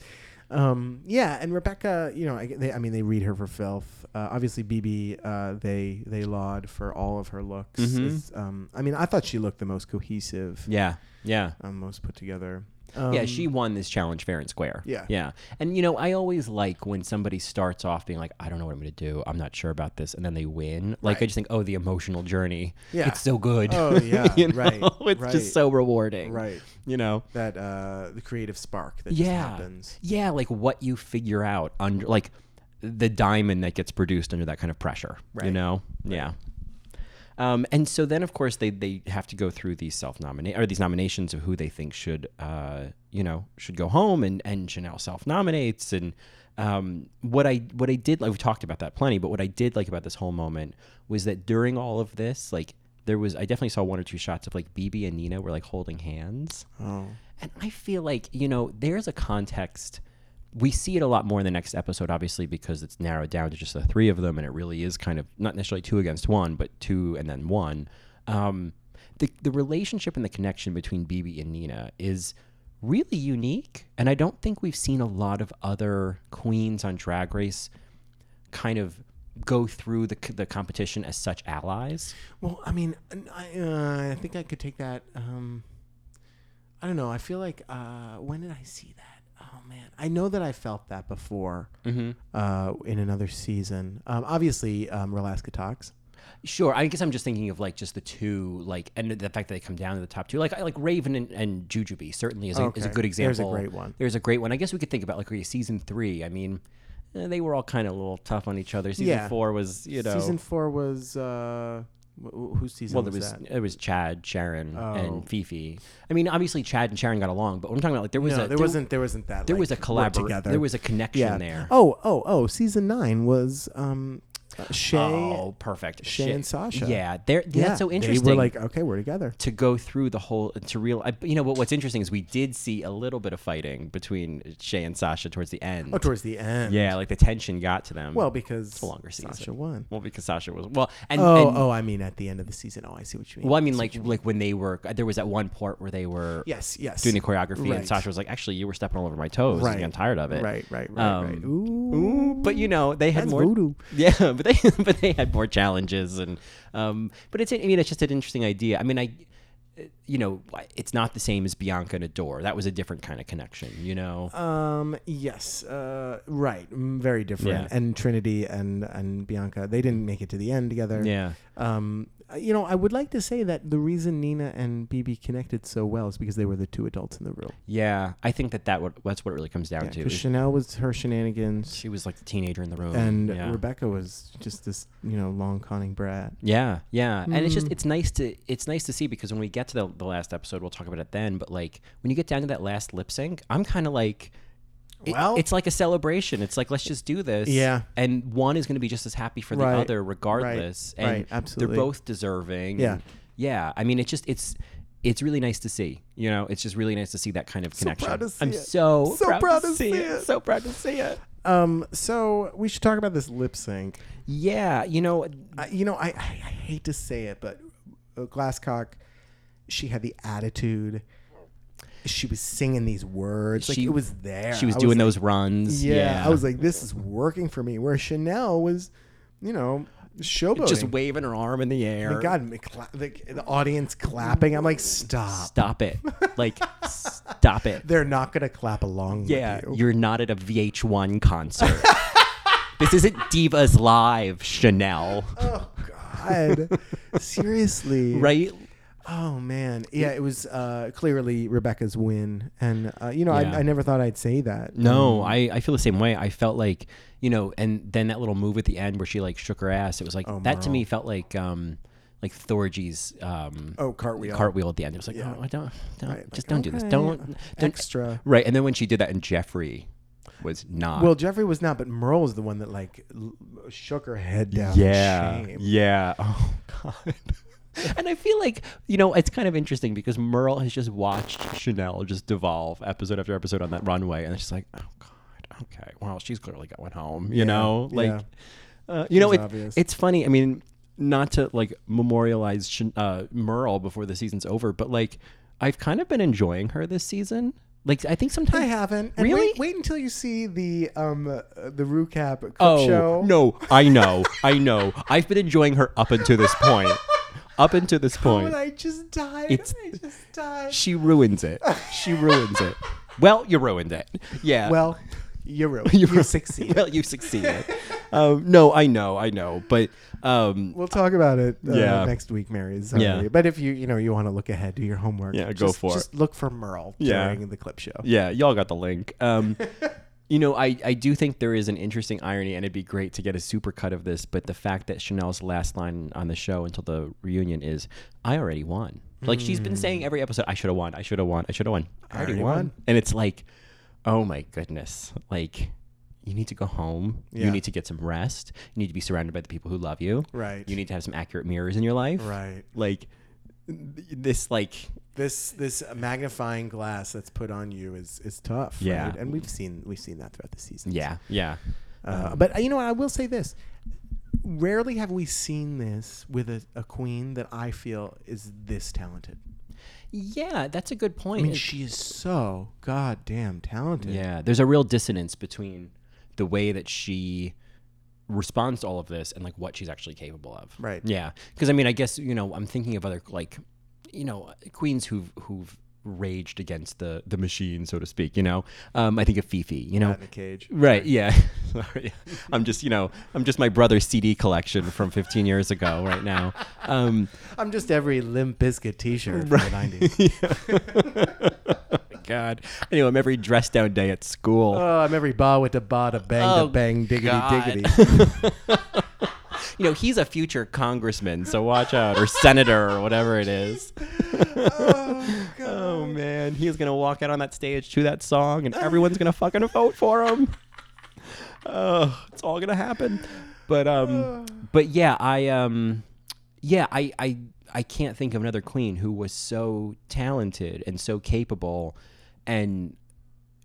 Speaker 5: Um, yeah, and Rebecca, you know, I, they, I mean, they read her for filth. Uh, obviously, BB, uh, they they laud for all of her looks. It's, Um, I mean, I thought she looked the most cohesive,
Speaker 4: Mm-hmm. Yeah. Yeah.
Speaker 5: um, most put together. Uh,
Speaker 4: yeah, she won this challenge fair and square.
Speaker 5: Um, Yeah.
Speaker 4: Yeah. And, you know, I always like when somebody starts off being like, I don't know what I'm going to do. I'm not sure about this. And then they win. Like, I just think, oh, the emotional journey.
Speaker 5: Yeah.
Speaker 4: It's so good. <laughs>
Speaker 5: Oh, yeah,
Speaker 4: You know?
Speaker 5: right,
Speaker 4: It's
Speaker 5: right.
Speaker 4: just so rewarding.
Speaker 5: Right.
Speaker 4: You know?
Speaker 5: That uh, the creative spark that just
Speaker 4: Yeah.
Speaker 5: happens.
Speaker 4: Yeah. Like what you figure out under, like, the diamond that gets produced under that kind of pressure. You
Speaker 5: Right.
Speaker 4: know? Yeah. Um, and so then, of course, they, they have to go through these self nominate or these nominations of who they think should uh, you know should go home, and and Chanel self nominates. And um, what I what I did like we talked about that plenty, but what I did like about this whole moment was that during all of this, like there was I definitely saw one or two shots of like BB and Nina were like holding hands,
Speaker 5: Oh.
Speaker 4: and I feel like you know there's a context we see it a lot more in the next episode, obviously, because it's narrowed down to just the three of them, and it really is kind of not necessarily two against one, but two and then one. Um, the the relationship and the connection between BB and Nina is really unique, and I don't think we've seen a lot of other queens on Drag Race kind of go through the c- the competition as such allies.
Speaker 5: Well, I mean, n- I, uh, I think I could take that. Um, I don't know. I feel like uh, when did I see that? Oh man, I know that I felt that before
Speaker 4: Mm-hmm.
Speaker 5: uh, in another season. Um, obviously, um, Relaska talks.
Speaker 4: Sure, I guess I'm just thinking of like just the two, like, and the fact that they come down to the top two, like, I- like Raven and, and Jujubee certainly is a, is a
Speaker 5: Okay.
Speaker 4: good
Speaker 5: There's a
Speaker 4: example.
Speaker 5: great one.
Speaker 4: There's a great one. I guess we could think about like okay, season three. I mean, eh, they were all kind of a little tough on each other. Season
Speaker 5: Yeah.
Speaker 4: four was, you know,
Speaker 5: Season four was uh, wh- wh- whose season
Speaker 4: well, there
Speaker 5: was,
Speaker 4: was
Speaker 5: that? Oh.
Speaker 4: it was Chad, Sharon, and Fifi. I mean, obviously Chad and Sharon got along, but what I'm talking about, like, there was
Speaker 5: No,
Speaker 4: a
Speaker 5: there wasn't. There wasn't that.
Speaker 4: there
Speaker 5: like,
Speaker 4: was a
Speaker 5: work
Speaker 4: collabor-
Speaker 5: together.
Speaker 4: there was a connection there.
Speaker 5: Oh, oh, oh! Season nine was um, uh, Shay.
Speaker 4: Oh, perfect.
Speaker 5: Shay and Sasha.
Speaker 4: Yeah, they're,
Speaker 5: yeah,
Speaker 4: that's so interesting.
Speaker 5: They were like, okay, we're together.
Speaker 4: to go through the whole to real I- you know what what's interesting is we did see a little bit of fighting between Shay and Sasha towards the end.
Speaker 5: Oh, towards the end.
Speaker 4: yeah, like the tension got to them.
Speaker 5: Well, because
Speaker 4: it's a longer season.
Speaker 5: Sasha won.
Speaker 4: Well, because Sasha was well and,
Speaker 5: Oh,
Speaker 4: and
Speaker 5: oh, I mean at the end of the season. Oh, I see what you mean.
Speaker 4: well I mean like like when they were there was that one part where they were
Speaker 5: Yes, yes.
Speaker 4: doing the choreography
Speaker 5: Right.
Speaker 4: and Sasha was like actually you were stepping all over my toes
Speaker 5: Right.
Speaker 4: and I'm tired of it.
Speaker 5: Right, right, right, right.
Speaker 4: Um,
Speaker 5: Ooh,
Speaker 4: Ooh, but you know they had
Speaker 5: That's
Speaker 4: more
Speaker 5: voodoo.
Speaker 4: <laughs> yeah but they but they had more challenges and um but it's i mean it's just an interesting idea i mean i you know it's not the same as bianca and adore that was a different kind of connection you know
Speaker 5: Um, yes, uh, right. Mm, Very different.
Speaker 4: Yeah.
Speaker 5: And Trinity and and Bianca, they didn't make it to the end together.
Speaker 4: yeah
Speaker 5: Um, uh, you know, I would like to say that the reason Nina and BB connected so well is because they were the two adults in the room.
Speaker 4: yeah i think that that what that's what it really comes down to
Speaker 5: 'Cause
Speaker 4: is
Speaker 5: Chanel was her shenanigans,
Speaker 4: she was like the teenager in the room
Speaker 5: and
Speaker 4: yeah.
Speaker 5: Rebecca was just this, you know, long conning brat.
Speaker 4: Yeah, yeah, and it's just it's nice to it's nice to see because when we get to the, the last episode, we'll talk about it then. But like when you get down to that last lip sync, I'm kind of like, it-
Speaker 5: Well-
Speaker 4: it's like a celebration. It's like let's just do this.
Speaker 5: Yeah.
Speaker 4: and one is going to be just as happy for the
Speaker 5: Right,
Speaker 4: other, regardless.
Speaker 5: right,
Speaker 4: and
Speaker 5: right, absolutely.
Speaker 4: they're both deserving.
Speaker 5: Yeah.
Speaker 4: and yeah. I mean, it's just it's. It's really nice to see, you know. It's just really nice to see that kind of connection.
Speaker 5: proud to see
Speaker 4: I'm
Speaker 5: it.
Speaker 4: so,
Speaker 5: So
Speaker 4: proud, to, see it.
Speaker 5: it.
Speaker 4: So proud to see it.
Speaker 5: Um, so we should talk about this lip sync.
Speaker 4: Yeah, you know,
Speaker 5: I, you know, I, I, I hate to say it, but uh, Glasscock, she had the attitude. She was singing these words. like
Speaker 4: She-
Speaker 5: it was there.
Speaker 4: she was
Speaker 5: I
Speaker 4: doing
Speaker 5: like,
Speaker 4: those runs.
Speaker 5: Yeah,
Speaker 4: Yeah,
Speaker 5: I was like, this is working for me. Where Chanel was, you know, showboating.
Speaker 4: just waving her arm in the air.
Speaker 5: My God, my cla- the, the audience clapping. I'm like, stop.
Speaker 4: stop
Speaker 5: <laughs>
Speaker 4: it. Like, stop it.
Speaker 5: They're not gonna clap along.
Speaker 4: Yeah,
Speaker 5: with you.
Speaker 4: you're not at a VH1 concert. this isn't Divas Live,
Speaker 5: <laughs>
Speaker 4: Chanel. <laughs>
Speaker 5: God, seriously,
Speaker 4: Right?
Speaker 5: Oh man, yeah, it was uh, clearly Rebecca's win, and uh, you know,
Speaker 4: Yeah.
Speaker 5: I, I never thought I'd say that.
Speaker 4: No, I, I feel the same way. I felt like, you know, and then that little move at the end where she like shook her ass, it was
Speaker 5: Oh,
Speaker 4: like, that to me felt like, um, like Thorgy's, um,
Speaker 5: Oh, cartwheel.
Speaker 4: cartwheel at the end. It was like, oh, don't, don't, just don't do this.
Speaker 5: okay,
Speaker 4: Don't, don't
Speaker 5: extra.
Speaker 4: Right. And then when she did that and Jeffrey was not.
Speaker 5: Well, Jeffrey was not, but Merle is the one that like l- shook her head down. in
Speaker 4: Yeah.
Speaker 5: shame.
Speaker 4: Yeah. <laughs> Oh
Speaker 5: <laughs>
Speaker 4: God. And I feel like, you know, it's kind of interesting because Merle has just watched Chanel just devolve episode after episode on that runway. And she's like, oh, God, okay. Well, she's clearly going home, you know? Like,
Speaker 5: yeah.
Speaker 4: uh, you know,
Speaker 5: Seems
Speaker 4: it,
Speaker 5: obvious.
Speaker 4: it's funny. I mean, not to like memorialize Chan- uh, Merle before the season's over, but like, I've kind of been enjoying her this season. Like I think sometimes
Speaker 5: I haven't. And
Speaker 4: Really?
Speaker 5: Wait, wait until you see the um uh, the Rucap Cook
Speaker 4: oh
Speaker 5: show.
Speaker 4: no, I know, I know. I've been enjoying her up until this point. up until this
Speaker 5: Oh,
Speaker 4: point,
Speaker 5: and I just died.
Speaker 4: It's-
Speaker 5: I just died.
Speaker 4: she ruins it. She ruins it. Well, you ruined it. Yeah.
Speaker 5: Well,
Speaker 4: <laughs>
Speaker 5: you're ruined. you
Speaker 4: ru-
Speaker 5: succeeded.
Speaker 4: Well, you succeeded. um, no, I know, I know, but um,
Speaker 5: We'll talk about it uh,
Speaker 4: Yeah.
Speaker 5: next week, Mary. Sorry.
Speaker 4: Yeah.
Speaker 5: But if you you know you want to look ahead, do your homework.
Speaker 4: Yeah, go
Speaker 5: just,
Speaker 4: for it.
Speaker 5: Just look for Merle
Speaker 4: Yeah.
Speaker 5: during the clip show.
Speaker 4: yeah, y'all got the link.
Speaker 5: <laughs>
Speaker 4: Um, you know, I, I do think there is an interesting irony, and it'd be great to get a super cut of this. But the fact that Chanel's last line on the show until the reunion is, "I already won." Like she's been saying every episode, "I should have won. I should have won. I should have won. I already,
Speaker 5: already
Speaker 4: won.
Speaker 5: won.
Speaker 4: And it's like, oh my goodness, like. You need to go home.
Speaker 5: Yeah.
Speaker 4: You need to get some rest. You need to be surrounded by the people who love you.
Speaker 5: Right.
Speaker 4: You need to have some accurate mirrors in your life.
Speaker 5: Right.
Speaker 4: Like th- this, like
Speaker 5: This this magnifying glass that's put on you is is tough.
Speaker 4: Yeah.
Speaker 5: right? And we've seen we've seen that throughout the season.
Speaker 4: yeah, yeah.
Speaker 5: Uh, but uh, you know what? I will say this. Rarely have we seen this with a, a queen that I feel is this talented.
Speaker 4: Yeah, that's a good point.
Speaker 5: I mean,
Speaker 4: It-
Speaker 5: she is so goddamn talented.
Speaker 4: yeah, there's a real dissonance between the way that she responds to all of this and like what she's actually capable of.
Speaker 5: Right.
Speaker 4: Yeah, because I mean, I guess you know, I'm thinking of other like, you know, queens who've who've raged against the the machine, so to speak. You know, um, I think of Fifi. You know,
Speaker 5: Out in a cage.
Speaker 4: Right. Yeah. <laughs> Sorry. I'm just, you know, I'm just my brother's CD collection from 15 years ago right
Speaker 5: <laughs>
Speaker 4: now. Um,
Speaker 5: I'm just every Limp Bizkit T-shirt from the
Speaker 4: <laughs>
Speaker 5: '90s.
Speaker 4: God. Anyway, I'm every dress down day at school.
Speaker 5: Oh, I'm every ba with the ba to bang
Speaker 4: Oh,
Speaker 5: to bang diggity
Speaker 4: God.
Speaker 5: diggity.
Speaker 4: you know, he's a future congressman, so watch out, or senator, or whatever it
Speaker 5: <laughs>
Speaker 4: is. <laughs> Oh, man, he's gonna walk out on that stage to that song, and everyone's gonna fucking vote for him. Oh, it's all gonna happen. But
Speaker 5: <sighs>
Speaker 4: um, but yeah, I um, yeah, I I I can't think of another queen who was so talented and so capable, and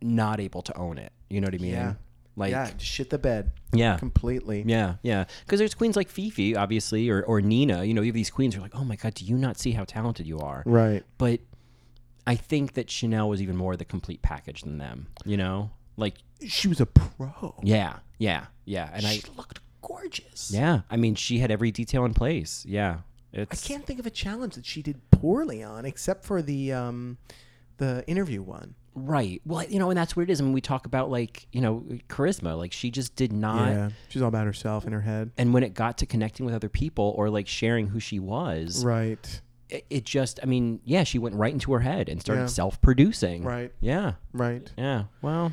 Speaker 4: not able to own it. You know what I mean?
Speaker 5: Yeah.
Speaker 4: <laughs> Like
Speaker 5: yeah, just shit the bed.
Speaker 4: Yeah.
Speaker 5: completely.
Speaker 4: yeah, yeah. Because there's queens like Fifi, obviously, or, or Nina. You know, you have these queens who are like, oh my God, do you not see how talented you are?
Speaker 5: Right.
Speaker 4: But I think that Chanel was even more the complete package than them, you know? Like,
Speaker 5: She was a pro.
Speaker 4: yeah, yeah, yeah. And I,
Speaker 5: She looked gorgeous.
Speaker 4: yeah, I mean, she had every detail in place. Yeah.
Speaker 5: I
Speaker 4: It's,
Speaker 5: can't think of a challenge that she did poorly on, except for the um, the interview one.
Speaker 4: Right. Well, you know, and that's what it is. I mean, we talk about, like, you know, charisma. Like, she just did not.
Speaker 5: she's all about herself in her head.
Speaker 4: And when it got to connecting with other people or, like, sharing who she was,
Speaker 5: Right,
Speaker 4: it, it just i mean yeah she went right into her head and started
Speaker 5: Yeah.
Speaker 4: self-producing
Speaker 5: Right.
Speaker 4: yeah
Speaker 5: right.
Speaker 4: yeah well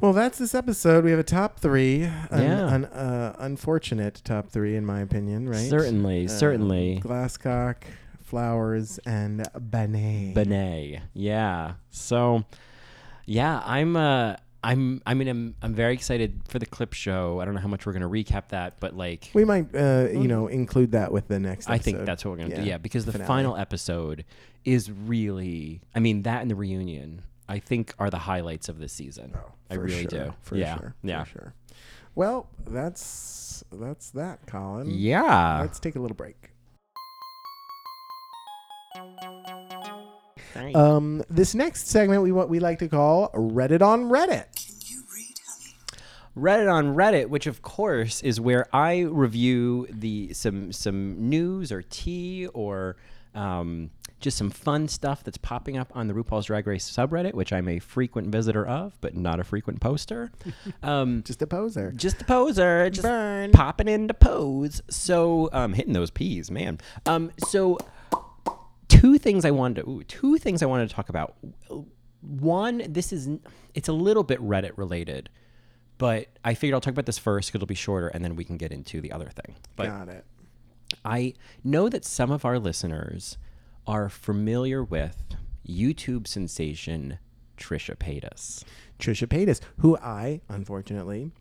Speaker 5: Well, that's this episode. We have a top three. An,
Speaker 4: Yeah.
Speaker 5: an uh, unfortunate top three, in my opinion. Right. Uh,
Speaker 4: certainly certainly
Speaker 5: Glasscock, flowers, and Benet.
Speaker 4: Benet. yeah so yeah i'm uh i'm i mean i'm i'm very excited for the clip show i don't know how much we're gonna recap that but like
Speaker 5: We might, uh, you know, include that with the next.
Speaker 4: Mm-hmm. I think
Speaker 5: episode.
Speaker 4: that's what we're gonna do.
Speaker 5: Yeah,
Speaker 4: Yeah, because the
Speaker 5: finale.
Speaker 4: final episode is really. I mean, that and the reunion, I think, are the highlights of this season. I
Speaker 5: Oh, For
Speaker 4: really
Speaker 5: sure,
Speaker 4: do.
Speaker 5: For
Speaker 4: yeah,
Speaker 5: sure.
Speaker 4: yeah,
Speaker 5: For sure. Well, that's that's that, Colin.
Speaker 4: yeah.
Speaker 5: Let's take a little break.
Speaker 4: Thanks.
Speaker 5: Um, this next segment we what we like to call Reddit on Reddit.
Speaker 4: Reddit on Reddit, which of course is where I review the some some news or tea or um, just some fun stuff that's popping up on the RuPaul's Drag Race subreddit, which I'm a frequent visitor of, but not a frequent poster. Um,
Speaker 5: Just a poser.
Speaker 4: just a poser, just
Speaker 5: Burn.
Speaker 4: popping into pose. So um, hitting those P's, man. Um, so two things I wanted to ooh, two things I wanted to talk about. One, this is it's a little bit Reddit related, but I figured I'll talk about this first because it'll be shorter, and then we can get into the other thing. But
Speaker 5: Got it.
Speaker 4: I know that some of our listeners are familiar with YouTube sensation Trisha Paytas.
Speaker 5: Trisha Paytas, who I unfortunately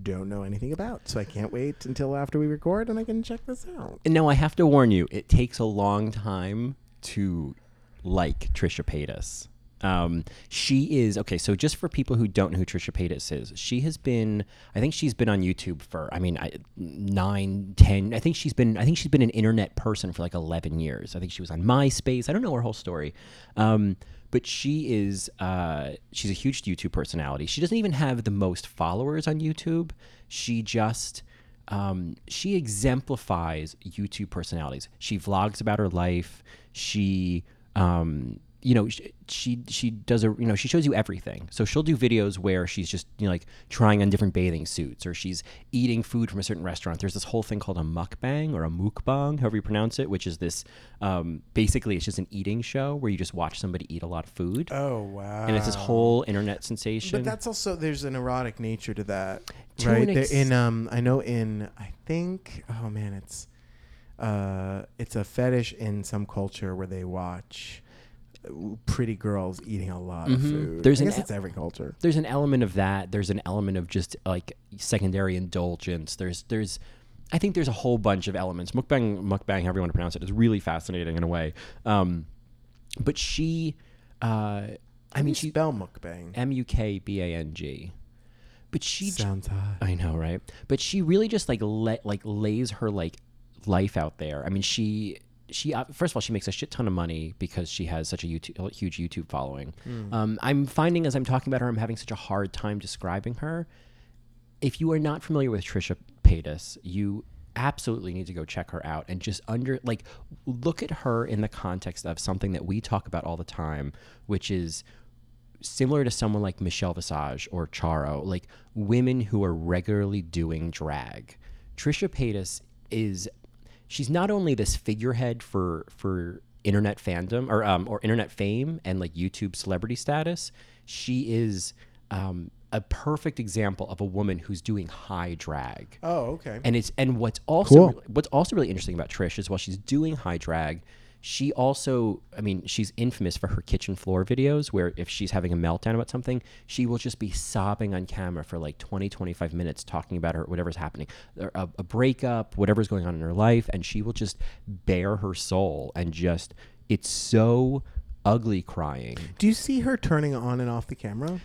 Speaker 5: don't know anything about, so I can't wait until after we record and I can check this out.
Speaker 4: And now I have to warn you, it takes a long time to like Trisha Paytas. Um, she is okay. So just for people who don't know who Trisha Paytas is, she has been. I think she's been on YouTube for. I mean, I, nine, ten. I think she's been. I think she's been an internet person for like eleven years. I think she was on MySpace. I don't know her whole story, um, but but she is uh, she's a huge YouTube personality. She doesn't even have the most followers on YouTube. She just um, she exemplifies YouTube personalities. She vlogs about her life. She um, you know sh- she she does a you know she shows you everything so she'll do videos where she's just you know like trying on different bathing suits or she's eating food from a certain restaurant there's this whole thing called a mukbang or a mukbang however you pronounce it which is this um, basically it's just an eating show where you just watch somebody eat a lot of food
Speaker 5: Oh wow!
Speaker 4: and it's this whole internet sensation
Speaker 5: But that's also there's an erotic nature to that,
Speaker 4: To
Speaker 5: right?
Speaker 4: an
Speaker 5: There-
Speaker 4: ex-
Speaker 5: in um, I know in I think oh man, it's uh, it's a fetish in some culture where they watch uh, pretty girls eating a lot of food.
Speaker 4: There's
Speaker 5: I
Speaker 4: an
Speaker 5: guess
Speaker 4: e-
Speaker 5: it's every culture.
Speaker 4: there's an element of that there's an element of just like secondary indulgence there's there's i think there's a whole bunch of elements mukbang mukbang however you want to pronounce it is really fascinating in a way um but she uh i mean she
Speaker 5: Spell mukbang
Speaker 4: m-u-k-b-a-n-g but she j-
Speaker 5: sounds hot.
Speaker 4: I know, right? But she really just like let like lays her like life out there. I mean, she she uh, first of all she makes a shit ton of money because she has such a YouTube, huge YouTube following. Um, I'm finding as I'm talking about her, I'm having such a hard time describing her. If you are not familiar with Trisha Paytas, you absolutely need to go check her out and just under like look at her in the context of something that we talk about all the time, which is similar to someone like Michelle Visage or Charo, like women who are regularly doing drag. Trisha Paytas is she's not only this figurehead for for internet fandom or um or internet fame and like YouTube celebrity status, she is um a perfect example of a woman who's doing high drag.
Speaker 5: Oh okay.
Speaker 4: And it's and what's also
Speaker 5: Cool.
Speaker 4: what's also really interesting about Trish is while she's doing high drag, she also I mean she's infamous for her kitchen floor videos where if she's having a meltdown about something, she will just be sobbing on camera for like 20 25 minutes talking about her whatever's happening, or a, a breakup, whatever's going on in her life and she will just bare her soul and just it's so ugly crying.
Speaker 5: Do you see her turning on and off the camera?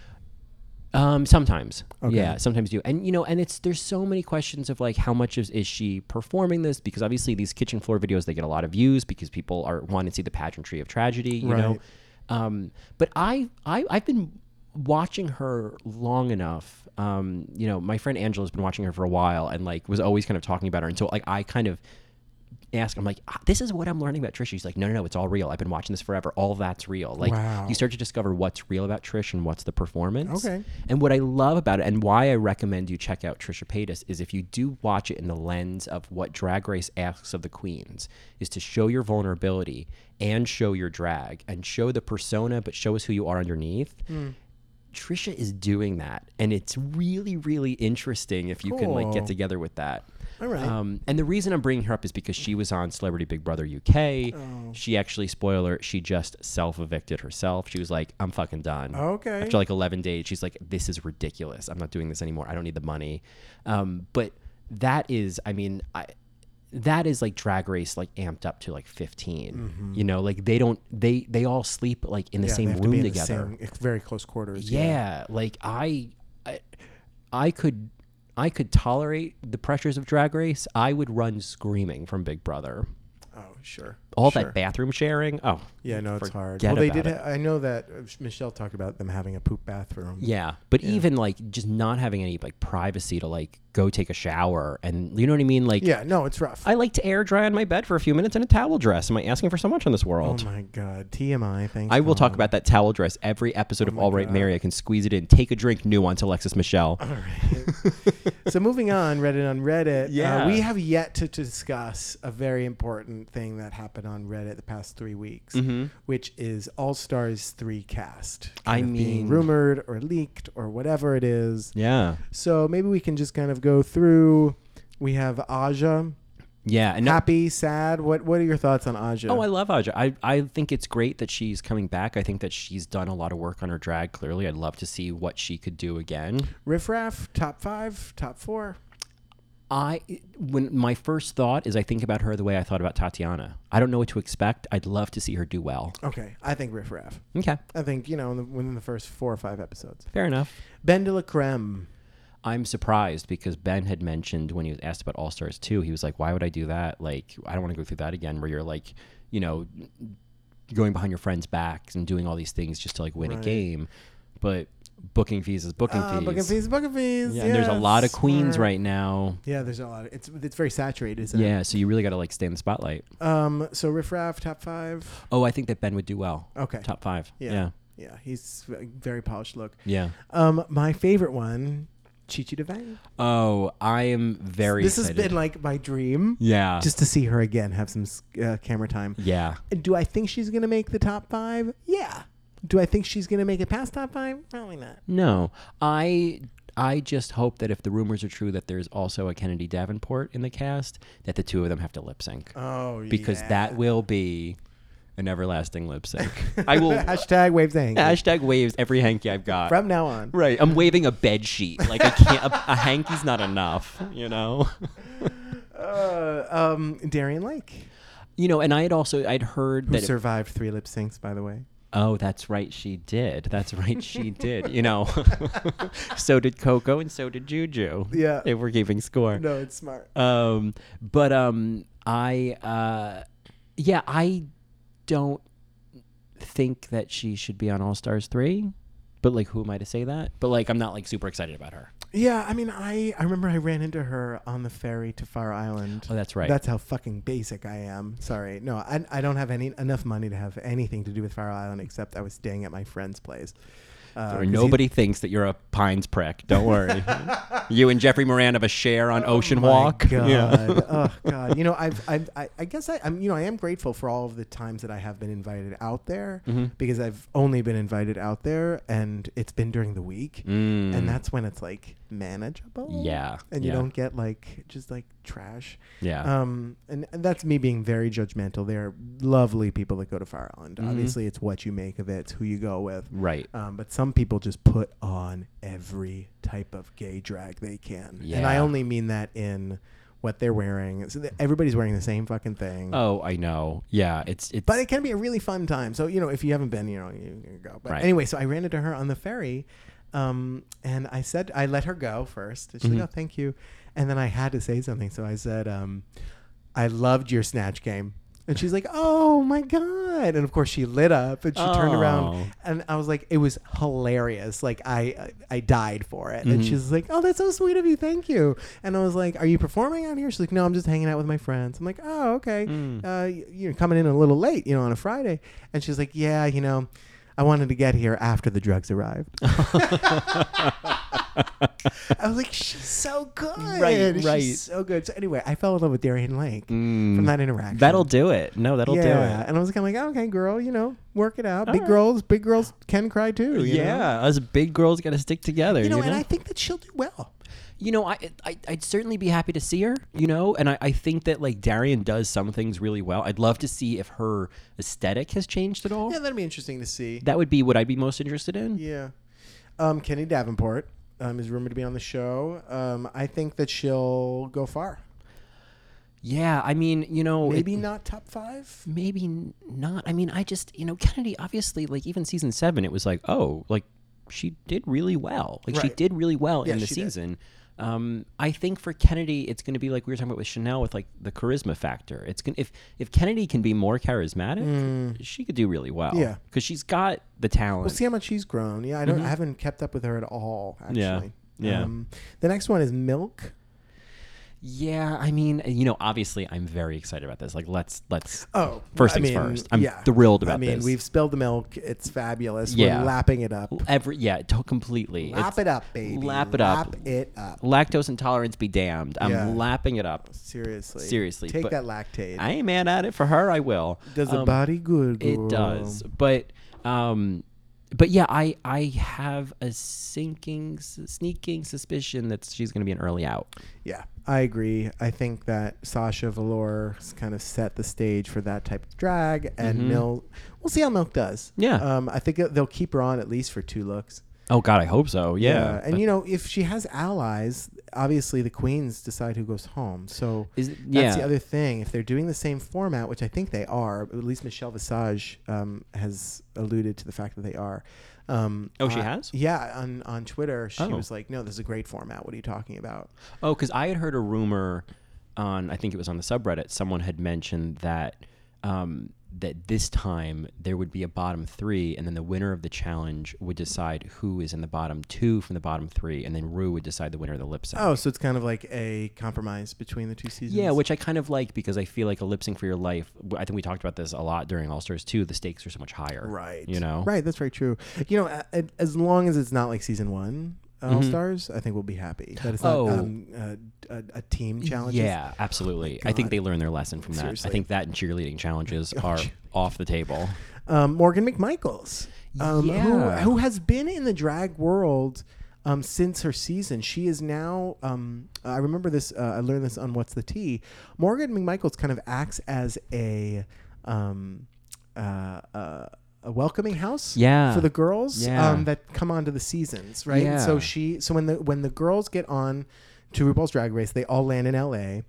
Speaker 4: Um, sometimes, yeah, sometimes do, and you know, and it's there's so many questions of like how much is, is she performing this because obviously these kitchen floor videos they get a lot of views because people are want to see the pageantry of tragedy, you know,
Speaker 5: Right.
Speaker 4: um, but I I I've been watching her long enough, um, you know, my friend Angela has been watching her for a while and like was always kind of talking about her, and so like I kind of ask i'm like "Ah, this is what i'm learning about trish she's like no no no it's all real i've been watching this forever all that's real like
Speaker 5: Wow.
Speaker 4: you start to discover what's real about trish and what's the performance
Speaker 5: Okay.
Speaker 4: and what i love about it and why i recommend you check out trisha paytas is if you do watch it in the lens of what drag race asks of the queens is to show your vulnerability and show your drag and show the persona but show us who you are underneath trisha is doing that and it's really really interesting if you can like
Speaker 5: Cool.
Speaker 4: get together with that
Speaker 5: All right.
Speaker 4: um, and the reason I'm bringing her up is because she was on Celebrity Big Brother UK.
Speaker 5: Oh.
Speaker 4: She actually, spoiler, she just self evicted herself. She was like, I'm fucking done.
Speaker 5: Okay.
Speaker 4: After like 11 days, she's like, this is ridiculous. I'm not doing this anymore. I don't need the money. Um, but that is, I mean, I. That is like drag race, like amped up to like 15. You know, like they don't, they they all sleep like in the
Speaker 5: Mm-hmm. Yeah, they
Speaker 4: same
Speaker 5: have to
Speaker 4: room
Speaker 5: be in the
Speaker 4: together.
Speaker 5: same- it's very close quarters.
Speaker 4: Yeah, like I, I, I could, I could tolerate the pressures of Drag Race. I would run screaming from Big Brother.
Speaker 5: Oh sure.
Speaker 4: All
Speaker 5: sure.
Speaker 4: that bathroom sharing. Oh,
Speaker 5: Yeah, no, it's hard.
Speaker 4: forget
Speaker 5: Well, they
Speaker 4: about
Speaker 5: did.
Speaker 4: it.
Speaker 5: Ha- I know that uh, Sh- Michelle talked about them having a poop bathroom.
Speaker 4: yeah. But even like just not having any like privacy to like go take a shower and you know what I mean. Like,
Speaker 5: Yeah, no, it's rough.
Speaker 4: I like to air dry on my bed for a few minutes in a towel dress. Am I asking for so much in this
Speaker 5: oh
Speaker 4: world?
Speaker 5: my god, TMI. Thanks.
Speaker 4: I will talk
Speaker 5: Tom.
Speaker 4: about that towel dress every
Speaker 5: Oh
Speaker 4: episode of All Right Mary. I can squeeze it in. Take a drink, nuance Alexis
Speaker 5: <laughs>
Speaker 4: Michelle.
Speaker 5: so moving on, Reddit on Reddit. uh,
Speaker 4: Yeah.
Speaker 5: we have yet to discuss a very important thing that happened on Reddit the past three weeks, which is All Stars three cast.
Speaker 4: I
Speaker 5: kind of being
Speaker 4: mean-
Speaker 5: rumored or leaked or whatever it is.
Speaker 4: Yeah,
Speaker 5: So maybe we can just kind of go through. We have Aja,
Speaker 4: yeah. And no-
Speaker 5: happy, sad. What What are your thoughts on Aja?
Speaker 4: Oh, I love Aja. I, I think it's great that she's coming back. I think that she's done a lot of work on her drag, clearly. I'd love to see what she could do again.
Speaker 5: Riff Raff, top five, top four.
Speaker 4: I when my first thought is I think about her the way I thought about Tatiana. I don't know what to expect. I'd love to see her do well.
Speaker 5: Okay, I think Riff Raff.
Speaker 4: Okay.
Speaker 5: I think you know in the, within the first four or five episodes.
Speaker 4: Fair enoff.
Speaker 5: Ben de la Creme.
Speaker 4: I'm surprised because Ben had mentioned when he was asked about All Stars 2, he was like, Why would I do that? Like, I don't want to go through that again, where you're like, you know, going behind your friends' backs and doing all these things just to like win a game. But booking fees is booking
Speaker 5: Uh,
Speaker 4: fees.
Speaker 5: booking fees, booking fees.
Speaker 4: Yeah, and there's a lot of
Speaker 5: yes.
Speaker 4: queens right now.
Speaker 5: Yeah, there's a lot. Of, it's it's very saturated, isn't
Speaker 4: Yeah, so you really got to like stay in the spotlight.
Speaker 5: it? Um, so riff raff top five.
Speaker 4: Oh, I think that Ben would do well.
Speaker 5: Okay.
Speaker 4: Top five. Yeah.
Speaker 5: yeah,
Speaker 4: Yeah.
Speaker 5: yeah. He's a very polished look. Um, my favorite one, Chichi Devane.
Speaker 4: Oh, I am very
Speaker 5: This
Speaker 4: excited.
Speaker 5: has been like my dream.
Speaker 4: Yeah.
Speaker 5: Just to see her again, have some uh, camera time.
Speaker 4: Yeah.
Speaker 5: Do I think she's gonna make the top five? Yeah. Do I think she's gonna make it past top five? Probably not.
Speaker 4: No. I I just hope that if the rumors are true that there's also a Kennedy Davenport in the cast, that the two of them have to lip sync.
Speaker 5: Oh,
Speaker 4: because
Speaker 5: yeah.
Speaker 4: that will be an everlasting lip
Speaker 5: <laughs>
Speaker 4: sync. I will
Speaker 5: Hashtag waves hang.
Speaker 4: hashtag waves every hanky I've got.
Speaker 5: From now on.
Speaker 4: Right, I'm waving a bed sheet. Like I can't. A, a hanky's not enough, you know. <laughs>
Speaker 5: Uh, um, Darian Lake,
Speaker 4: You know, and I had also I'd heard
Speaker 5: who
Speaker 4: that. it-
Speaker 5: survived three lip syncs, by the way.
Speaker 4: oh, that's right, she did. That's right, she did. You know, <laughs> so did Coco, and so did Juju.
Speaker 5: Yeah.
Speaker 4: if we're keeping score.
Speaker 5: No, it's smart.
Speaker 4: Um, but um, I uh, yeah, I don't think that she should be on All Stars three. But like, who am I to say that? But like, I'm not like super excited about her.
Speaker 5: Yeah, I mean, I, I remember I ran into her on the ferry to Far Island.
Speaker 4: Oh, that's right.
Speaker 5: That's how fucking basic I am. Sorry. No, I, I don't have any enough money to have anything to do with Far Island except I was staying at my friend's place. Uh, 'cause
Speaker 4: Or
Speaker 5: he-
Speaker 4: nobody thinks that you're a Pines prick. Don't <laughs> worry. you and Jeffrey Moran have a share on Ocean
Speaker 5: My
Speaker 4: Walk. <laughs>
Speaker 5: God. oh God. You know, I've, I've I, I guess I, I'm you know I am grateful for all of the times that I have been invited out there
Speaker 4: Mm-hmm.
Speaker 5: because I've only been invited out there and it's been during the week and that's when it's like manageable.
Speaker 4: Mm. Yeah,
Speaker 5: And you
Speaker 4: yeah.
Speaker 5: don't get like just like trash.
Speaker 4: Yeah.
Speaker 5: Um, and, and that's me being very judgmental. They're lovely people that go to Fire Island. Obviously, it's what you make of it. It's who you go with.
Speaker 4: Mm-hmm. Right.
Speaker 5: Um, but some people just put on every type of gay drag they can. And I
Speaker 4: Yeah.
Speaker 5: only mean that in what they're wearing. So that everybody's wearing the same fucking thing.
Speaker 4: Oh, I know. Yeah, it's it's.
Speaker 5: But it can be a really fun time. So, you know, if you haven't been, you know, you, you go. But
Speaker 4: Right.
Speaker 5: anyway, so I ran into her on the ferry. Um, and I said, I let her go first. And she's
Speaker 4: Mm-hmm.
Speaker 5: like, oh, thank you. And then I had to say something. So I said, um, I loved your snatch game. And she's like, oh my God. And of course, she lit up and she turned
Speaker 4: Oh.
Speaker 5: around. And I was like, it was hilarious. Like, I I died for it.
Speaker 4: Mm-hmm.
Speaker 5: And she's like, oh, that's so sweet of you. Thank you. And I was like, are you performing out here? She's like, no, I'm just hanging out with my friends. I'm like, oh, okay.
Speaker 4: Mm.
Speaker 5: Uh, y- you're coming in a little late, you know, on a Friday. And she's like, yeah, you know, I wanted to get here after the drugs
Speaker 4: <laughs>
Speaker 5: arrived. <laughs> I was like, she's so good.
Speaker 4: Right,
Speaker 5: She's
Speaker 4: right.
Speaker 5: so good. So anyway, I fell in love with Darian Lake from that interaction.
Speaker 4: Mm. that'll do it. No, that'll
Speaker 5: yeah.
Speaker 4: do it.
Speaker 5: And I was kind of like, okay, girl, you know, work it out. big girls, big girls can cry too. you know?
Speaker 4: yeah, us big girls got to stick together.
Speaker 5: You know, and I think that she'll do well.
Speaker 4: you know, I, I I'd certainly be happy to see her. You know, and I, I think that like Darian does some things really well. I'd love to see if her aesthetic has changed at all.
Speaker 5: Yeah, that'd be interesting to see.
Speaker 4: that would be what I'd be most interested in.
Speaker 5: Yeah. Um, Kenny Davenport um, is rumored to be on the show. Um, I think that she'll go far.
Speaker 4: Yeah, I mean, you know, it-
Speaker 5: Maybe not top five.
Speaker 4: maybe n- not. I mean, I just, you know, Kennedy, obviously, like even season seven, it was like, oh, like she did really well. Like she
Speaker 5: Right.
Speaker 4: did really well
Speaker 5: Yeah,
Speaker 4: in the
Speaker 5: she did.
Speaker 4: season. Um, I think for Kennedy, it's going to be like we were talking about with Chanel with like the charisma factor. It's going to if if Kennedy can be more charismatic, she could do really well.
Speaker 5: Mm. Yeah.
Speaker 4: because she's got the talent.
Speaker 5: We'll see how much she's grown. Yeah, I don't. I haven't kept up with her at all. Actually.
Speaker 4: Mm-hmm.
Speaker 5: Um,
Speaker 4: Yeah. Yeah.
Speaker 5: the next one is Milk.
Speaker 4: yeah, I mean, you know, obviously, I'm very excited about this. Like, let's let's
Speaker 5: Oh,
Speaker 4: first
Speaker 5: I
Speaker 4: things
Speaker 5: mean,
Speaker 4: first. I'm
Speaker 5: yeah.
Speaker 4: thrilled about
Speaker 5: I mean,
Speaker 4: this.
Speaker 5: we've spilled the milk. It's fabulous.
Speaker 4: Yeah.
Speaker 5: We're lapping it up.
Speaker 4: every yeah, to- completely
Speaker 5: Lap
Speaker 4: It's-
Speaker 5: it up, baby.
Speaker 4: Lap it up.
Speaker 5: Lap it up.
Speaker 4: lactose intolerance be damned. I'm
Speaker 5: Yeah.
Speaker 4: lapping it up.
Speaker 5: Seriously.
Speaker 4: Seriously,
Speaker 5: Take
Speaker 4: but
Speaker 5: that lactate.
Speaker 4: I ain't mad at it for her. I will.
Speaker 5: Does a
Speaker 4: Um,
Speaker 5: body good?
Speaker 4: It
Speaker 5: girl.
Speaker 4: does, but um, but yeah, I I have a sinking, s- sneaking suspicion that she's gonna be an early out.
Speaker 5: Yeah, I agree. I think that Sasha Valor s- kind of set the stage for that type of drag, and Milk. We'll see how Milk does.
Speaker 4: Mm-hmm. Yeah.
Speaker 5: Um, I think they'll keep her on at least for two looks.
Speaker 4: Oh God, I hope so. Yeah,
Speaker 5: and you know, if she has allies, obviously the queens decide who goes home. So
Speaker 4: Is it-
Speaker 5: that's the
Speaker 4: yeah.
Speaker 5: other thing. If they're doing the same format, which I think they are, at least Michelle Visage um, has alluded to the fact that they are. Um,
Speaker 4: Oh, she
Speaker 5: I-
Speaker 4: has?
Speaker 5: Yeah, on on Twitter, she
Speaker 4: Oh.
Speaker 5: was like, "No, this is a great format. What are you talking about?"
Speaker 4: Oh, because I had heard a rumor on, I think it was on the subreddit, someone had mentioned that um, that this time there would be a bottom three, and then the winner of the challenge would decide who is in the bottom two from the bottom three, and then Rue would decide the winner of the lip sync.
Speaker 5: Oh, so it's kind of like a compromise between the two seasons.
Speaker 4: Yeah, which I kind of like because I feel like a lip sync for your life. w- I think we talked about this a lot during All Stars 2. The stakes are so much higher.
Speaker 5: right,
Speaker 4: You know?
Speaker 5: right. That's very true. You know, a- a- as long as it's not like season one All Stars, I think we'll be happy. That it's not
Speaker 4: Mm-hmm. Oh.
Speaker 5: um, a, a, a team challenge.
Speaker 4: Yeah, absolutely. I think
Speaker 5: Oh God.
Speaker 4: they learned their lesson from that.
Speaker 5: Seriously. Oh,
Speaker 4: I think that and cheerleading
Speaker 5: <laughs>
Speaker 4: challenges are off the table.
Speaker 5: um, Morgan McMichaels, um,
Speaker 4: Yeah.
Speaker 5: who, who has been in the drag world um, since her season. She is now, um, I remember this, uh, I learned this on What's the Tea. Morgan McMichaels kind of acts as a. Um, uh, uh, a welcoming house
Speaker 4: Yeah.
Speaker 5: for the girls
Speaker 4: Yeah.
Speaker 5: um, that come onto the seasons right And so
Speaker 4: Yeah.
Speaker 5: she so when the when the girls get on to RuPaul's Drag Race they all land in LA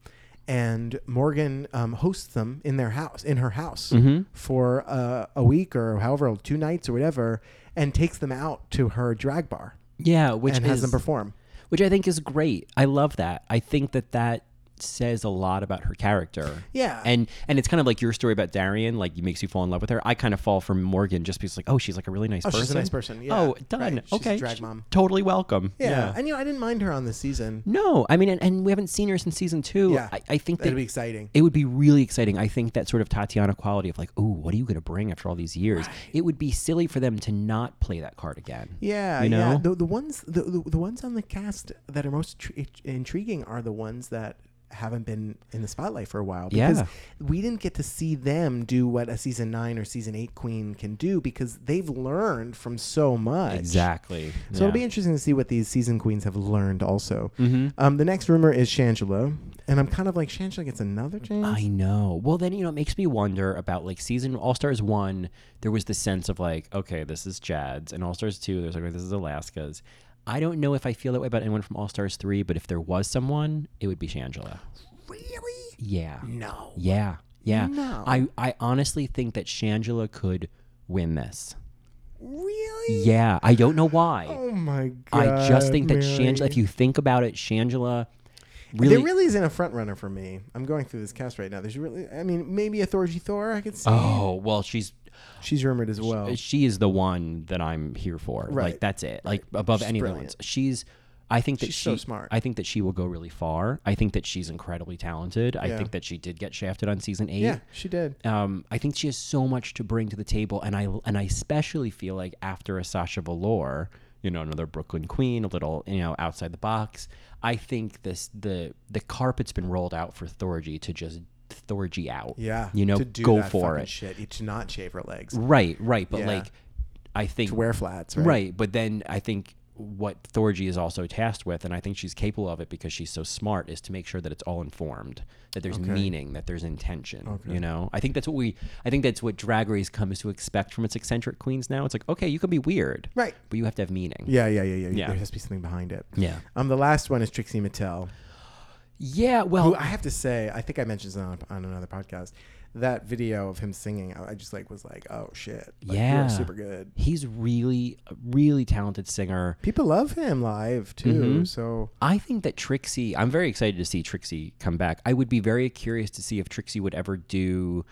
Speaker 5: and Morgan um, hosts them in their house in her house
Speaker 4: Mm-hmm.
Speaker 5: for uh, a week or however two nights or whatever and takes them out to her drag bar
Speaker 4: Yeah, which
Speaker 5: and
Speaker 4: is,
Speaker 5: has them perform
Speaker 4: which I think is great. I love that. I think that that says a lot about her character.
Speaker 5: Yeah.
Speaker 4: And and it's kind of like your story about Darian, like it makes you fall in love with her. I kind of fall for Morgan just because like, oh, she's like a really nice
Speaker 5: Oh, she's
Speaker 4: person.
Speaker 5: a nice person. Yeah.
Speaker 4: Oh, done.
Speaker 5: Right. She's a
Speaker 4: Okay.
Speaker 5: drag
Speaker 4: She's
Speaker 5: mom.
Speaker 4: Totally welcome.
Speaker 5: yeah. and you know I didn't mind her on this season
Speaker 4: No, I mean, and, and we haven't seen her since season two.
Speaker 5: Yeah.
Speaker 4: I, I think
Speaker 5: That'd
Speaker 4: that
Speaker 5: be exciting.
Speaker 4: It would be really exciting. I think that sort of Tatiana quality of like, oh, what are you going to bring after all these years? It would be silly for them to not play that card again.
Speaker 5: yeah
Speaker 4: you know,
Speaker 5: yeah the, the ones the, the, the ones on the cast that are most tr- intriguing are the ones that haven't been in the spotlight for a while because
Speaker 4: Yeah.
Speaker 5: we didn't get to see them do what a season 9 or season 8 queen can do because they've learned from so much
Speaker 4: exactly.
Speaker 5: So it'll be interesting to see what these season queens have learned also.
Speaker 4: Mm-hmm.
Speaker 5: Um, the next rumor is Shangela. And I'm kind of like, Shangela gets another chance?
Speaker 4: I know. Well, then you know, it makes me wonder about like season All Stars one. There was the sense of like, okay, this is Chad's, and All Stars two. There's like, this is Alaska's. I don't know if I feel that way about anyone from All Stars three, but if there was someone, it would be Shangela.
Speaker 5: really?
Speaker 4: Yeah.
Speaker 5: No.
Speaker 4: Yeah. Yeah.
Speaker 5: No.
Speaker 4: I I honestly think that Shangela could win this.
Speaker 5: Really?
Speaker 4: Yeah. I don't know why.
Speaker 5: Oh my God.
Speaker 4: I just think that Shangela.
Speaker 5: Mary.
Speaker 4: If you think about it, Shangela
Speaker 5: There
Speaker 4: really.
Speaker 5: really isn't a front runner for me. I'm going through this cast right now. There's really, I mean, maybe a Thorgy Thor I could see.
Speaker 4: oh well, she's
Speaker 5: She's rumored as well.
Speaker 4: she is the one that I'm here for.
Speaker 5: Right.
Speaker 4: Like that's it. Like above
Speaker 5: She's
Speaker 4: any of the ones.
Speaker 5: brilliant.
Speaker 4: She's I think that
Speaker 5: She's
Speaker 4: she,
Speaker 5: so smart.
Speaker 4: I think that she will go really far. I think that she's incredibly talented. I
Speaker 5: Yeah.
Speaker 4: think that she did get shafted on season eight.
Speaker 5: Yeah, she did.
Speaker 4: Um, I think she has so much to bring to the table, and I and I especially feel like after a Sasha Valor, you know, another Brooklyn Queen, a little you know outside the box. I think this the the carpet's been rolled out for Thorgy to just Thorgy out.
Speaker 5: Yeah.
Speaker 4: you know,
Speaker 5: to do
Speaker 4: go
Speaker 5: that
Speaker 4: for
Speaker 5: fucking
Speaker 4: it.
Speaker 5: Shit. You to not shave her legs.
Speaker 4: Right, right, but
Speaker 5: Yeah.
Speaker 4: like, I think
Speaker 5: To wear flats, right?
Speaker 4: right. but then I think what Thorgy is also tasked with, and I think she's capable of it because she's so smart, is to make sure that it's all informed, that there's meaning, that there's intention. You know, I think that's what we, I think that's what Drag Race comes to expect from its eccentric queens now. It's like, okay, you can be weird,
Speaker 5: Right.
Speaker 4: but you have to have meaning.
Speaker 5: Yeah, yeah, yeah, yeah,
Speaker 4: Yeah.
Speaker 5: There has to be something behind it.
Speaker 4: Yeah.
Speaker 5: Um, the last one is Trixie Mattel.
Speaker 4: Yeah,
Speaker 5: Who
Speaker 4: well,
Speaker 5: I have to say, I think I mentioned this on, on another podcast. That video of him singing, I I just like was like, oh shit, Like, you are
Speaker 4: yeah,
Speaker 5: super good.
Speaker 4: He's really, a really talented singer.
Speaker 5: People love him live too.
Speaker 4: Mm-hmm.
Speaker 5: So
Speaker 4: I think that Trixie, I'm very excited to see Trixie come back. I would be very curious to see if Trixie would ever do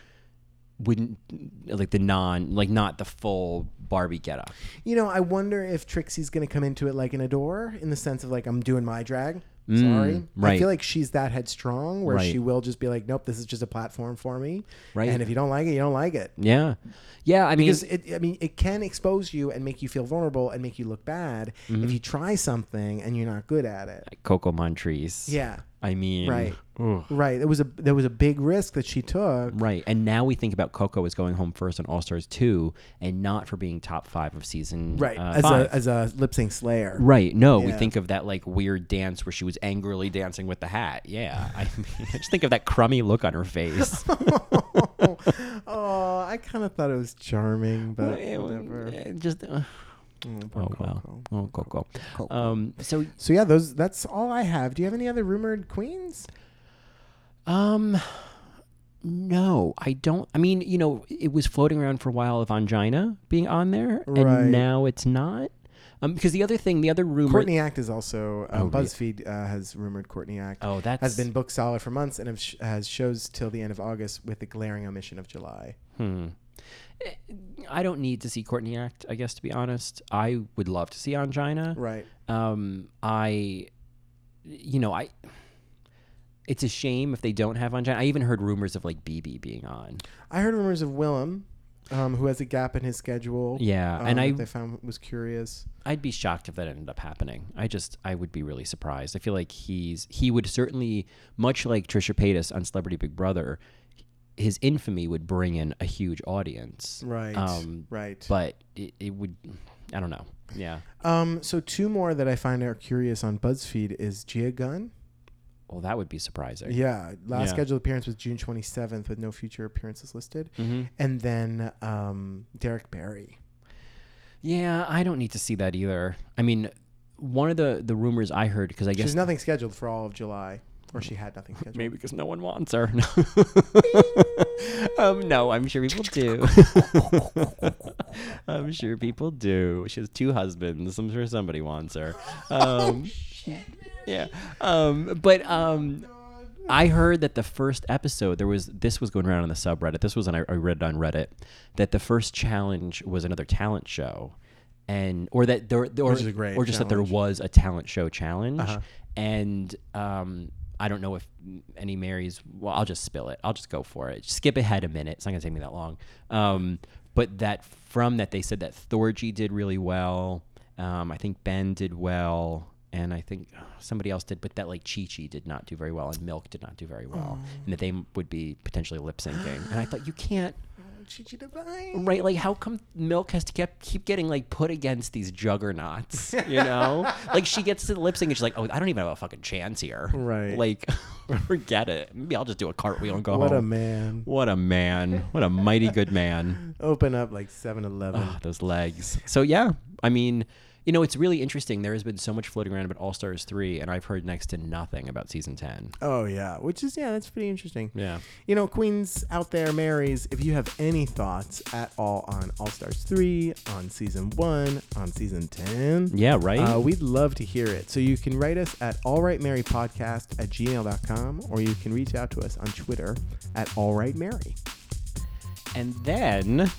Speaker 4: wouldn't like the non like not the full Barbie getup.
Speaker 5: you know, I wonder if Trixie's gonna come into it like an adore in the sense of like I'm doing my drag. Sorry, I
Speaker 4: Mm, right.
Speaker 5: feel like she's that headstrong where
Speaker 4: Right.
Speaker 5: she will just be like, nope, this is just a platform for me.
Speaker 4: Right.
Speaker 5: And if you don't like it, you don't like it.
Speaker 4: Yeah. Yeah, I mean
Speaker 5: because it, I mean, it can expose you and make you feel vulnerable and make you look bad
Speaker 4: Mm-hmm.
Speaker 5: if you try something and you're not good at it.
Speaker 4: Coco Montrese.
Speaker 5: Yeah,
Speaker 4: I mean
Speaker 5: right,
Speaker 4: ugh.
Speaker 5: right. There was a there was a big risk that she took.
Speaker 4: Right. And now we think about Coco as going home first on All Stars 2 and not for being top 5 of season
Speaker 5: Right,
Speaker 4: uh,
Speaker 5: as
Speaker 4: five.
Speaker 5: a as a lip sync slayer.
Speaker 4: Right. No, we
Speaker 5: Yeah.
Speaker 4: think of that like weird dance where she was angrily dancing with the hat. Yeah. I <laughs> mean, I just think of that crummy look on her face.
Speaker 5: <laughs> Oh, I kind of thought it was charming, but
Speaker 4: Eh, well,
Speaker 5: whatever. Mm,
Speaker 4: eh, Just. Uh, oh well. Oh Coco. Um. So
Speaker 5: So yeah, those that's all I have. Do you have any other rumored queens?
Speaker 4: um, no, I don't. I mean, you know, it was floating around for a while of angina being on there, and
Speaker 5: Right.
Speaker 4: now it's not. Um, because the other thing, the other rumor,
Speaker 5: Courtney Act is also uh,
Speaker 4: Oh, yeah.
Speaker 5: BuzzFeed uh, has rumored Courtney Act.
Speaker 4: Oh,
Speaker 5: has
Speaker 4: that's-
Speaker 5: been booked solid for months and have sh- has shows till the end of August with the glaring omission of July.
Speaker 4: I don't need to see Courtney Act. I guess to be honest, I would love to see Angina.
Speaker 5: Right.
Speaker 4: um i you know i it's a shame if they don't have on i even heard rumors of like bb being on
Speaker 5: I heard rumors of Willem, um, who has a gap in his schedule.
Speaker 4: Yeah,
Speaker 5: um,
Speaker 4: and I-
Speaker 5: that they found was curious.
Speaker 4: i'd be shocked if that ended up happening i just i would be really surprised i feel like he's he would certainly much like trisha paytas on celebrity big brother his infamy would bring in a huge audience
Speaker 5: Right.
Speaker 4: um
Speaker 5: right.
Speaker 4: but it, it would i don't know yeah
Speaker 5: um, so two more that I find are curious on BuzzFeed is Gia Gunn.
Speaker 4: well that would be surprising
Speaker 5: Yeah, last
Speaker 4: Yeah.
Speaker 5: scheduled appearance was June 27th with no future appearances listed, and then um, Derek Barry.
Speaker 4: yeah i don't need to see that either i mean one of the the rumors i heard because i
Speaker 5: She
Speaker 4: guess
Speaker 5: has nothing scheduled for all of July, or she had <laughs> nothing scheduled.
Speaker 4: Maybe because no one wants her. um, no, I'm sure people do. I'm sure people do. She has two husbands. I'm sure somebody wants her. Um, yeah. Um, but um, I heard that the first episode there was this was going around on the subreddit. This was on I I read it on Reddit that the first challenge was another talent show, and or that there or,
Speaker 5: is a great
Speaker 4: or just that there
Speaker 5: challenge.
Speaker 4: was a talent show challenge, and um, I don't know if any Marys. Well, I'll just spill it. I'll just go for it. Skip ahead a minute. It's not gonna take me that long. Um, but that from that they said that Thorgy did really well. Um, I think Ben did well, and I think uh, somebody else did, but that like Chi Chi did not do very well, and Milk did not do very well, and that they m- would be potentially lip syncing. and I thought you can't,
Speaker 5: Gigi Devine.
Speaker 4: right? Like, how come Milk has to kept keep getting like put against these juggernauts?
Speaker 5: <laughs>
Speaker 4: You know, like she gets to the lip sync and she's like, oh, I don't even have a fucking chance here,
Speaker 5: Right.
Speaker 4: Like, <laughs> forget it. Maybe I'll just do a cartwheel and go
Speaker 5: What
Speaker 4: home.
Speaker 5: a man.
Speaker 4: What a man! What a mighty good man!
Speaker 5: <laughs> Open up like 7 Eleven.
Speaker 4: Ah, those legs. So yeah, I mean, you know, it's really interesting. There has been so much floating around about All Stars three, and I've heard next to nothing about season ten.
Speaker 5: Oh yeah, which is yeah, that's pretty interesting.
Speaker 4: Yeah.
Speaker 5: you know, queens out there, Marys, if you have any thoughts at all on All Stars three, on season one, on season ten,
Speaker 4: Yeah, right.
Speaker 5: uh, we'd love to hear it. So you can write us at allrightmarypodcast at gmail.com or you can reach out to us on Twitter at allrightmary.
Speaker 4: and then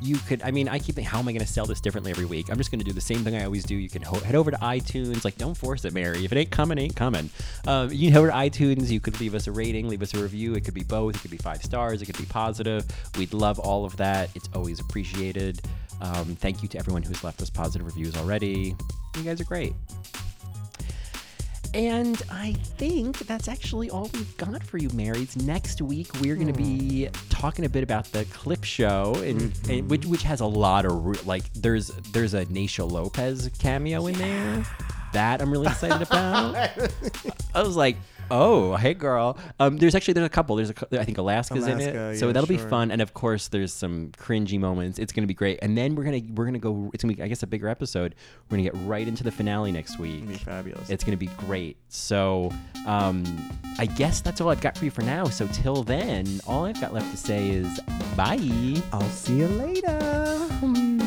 Speaker 4: you could i mean i keep thinking how am i going to sell this differently every week i'm just going to do the same thing i always do you can ho- head over to itunes like don't force it mary if it ain't coming it ain't coming um, you can head over to itunes you could leave us a rating leave us a review it could be both it could be five stars it could be positive we'd love all of that it's always appreciated um, thank you to everyone who's left us positive reviews already you guys are great and I think that's actually all we've got for you, Marys. Next week, we're going to be
Speaker 5: Hmm.
Speaker 4: talking a bit about the clip show, and,
Speaker 5: Mm-hmm.
Speaker 4: and which, which has a lot of re- like. There's there's a Nacia Lopez cameo in there that I'm really excited
Speaker 5: <laughs>
Speaker 4: about. I was like, oh, hey, girl. Um, there's actually there's a couple. There's a, cou- I think Alaska's in
Speaker 5: Alaska,
Speaker 4: it, so
Speaker 5: yeah,
Speaker 4: that'll be
Speaker 5: sure.
Speaker 4: fun. And of course, there's some cringy moments. It's gonna be great. And then we're gonna we're gonna go. It's gonna be I guess a bigger episode. We're gonna get right into the finale next week.
Speaker 5: Fabulous.
Speaker 4: It's going to be great. So, um, I guess that's all I've got for you for now. So, till then, all I've got left to say is bye.
Speaker 5: I'll see you later.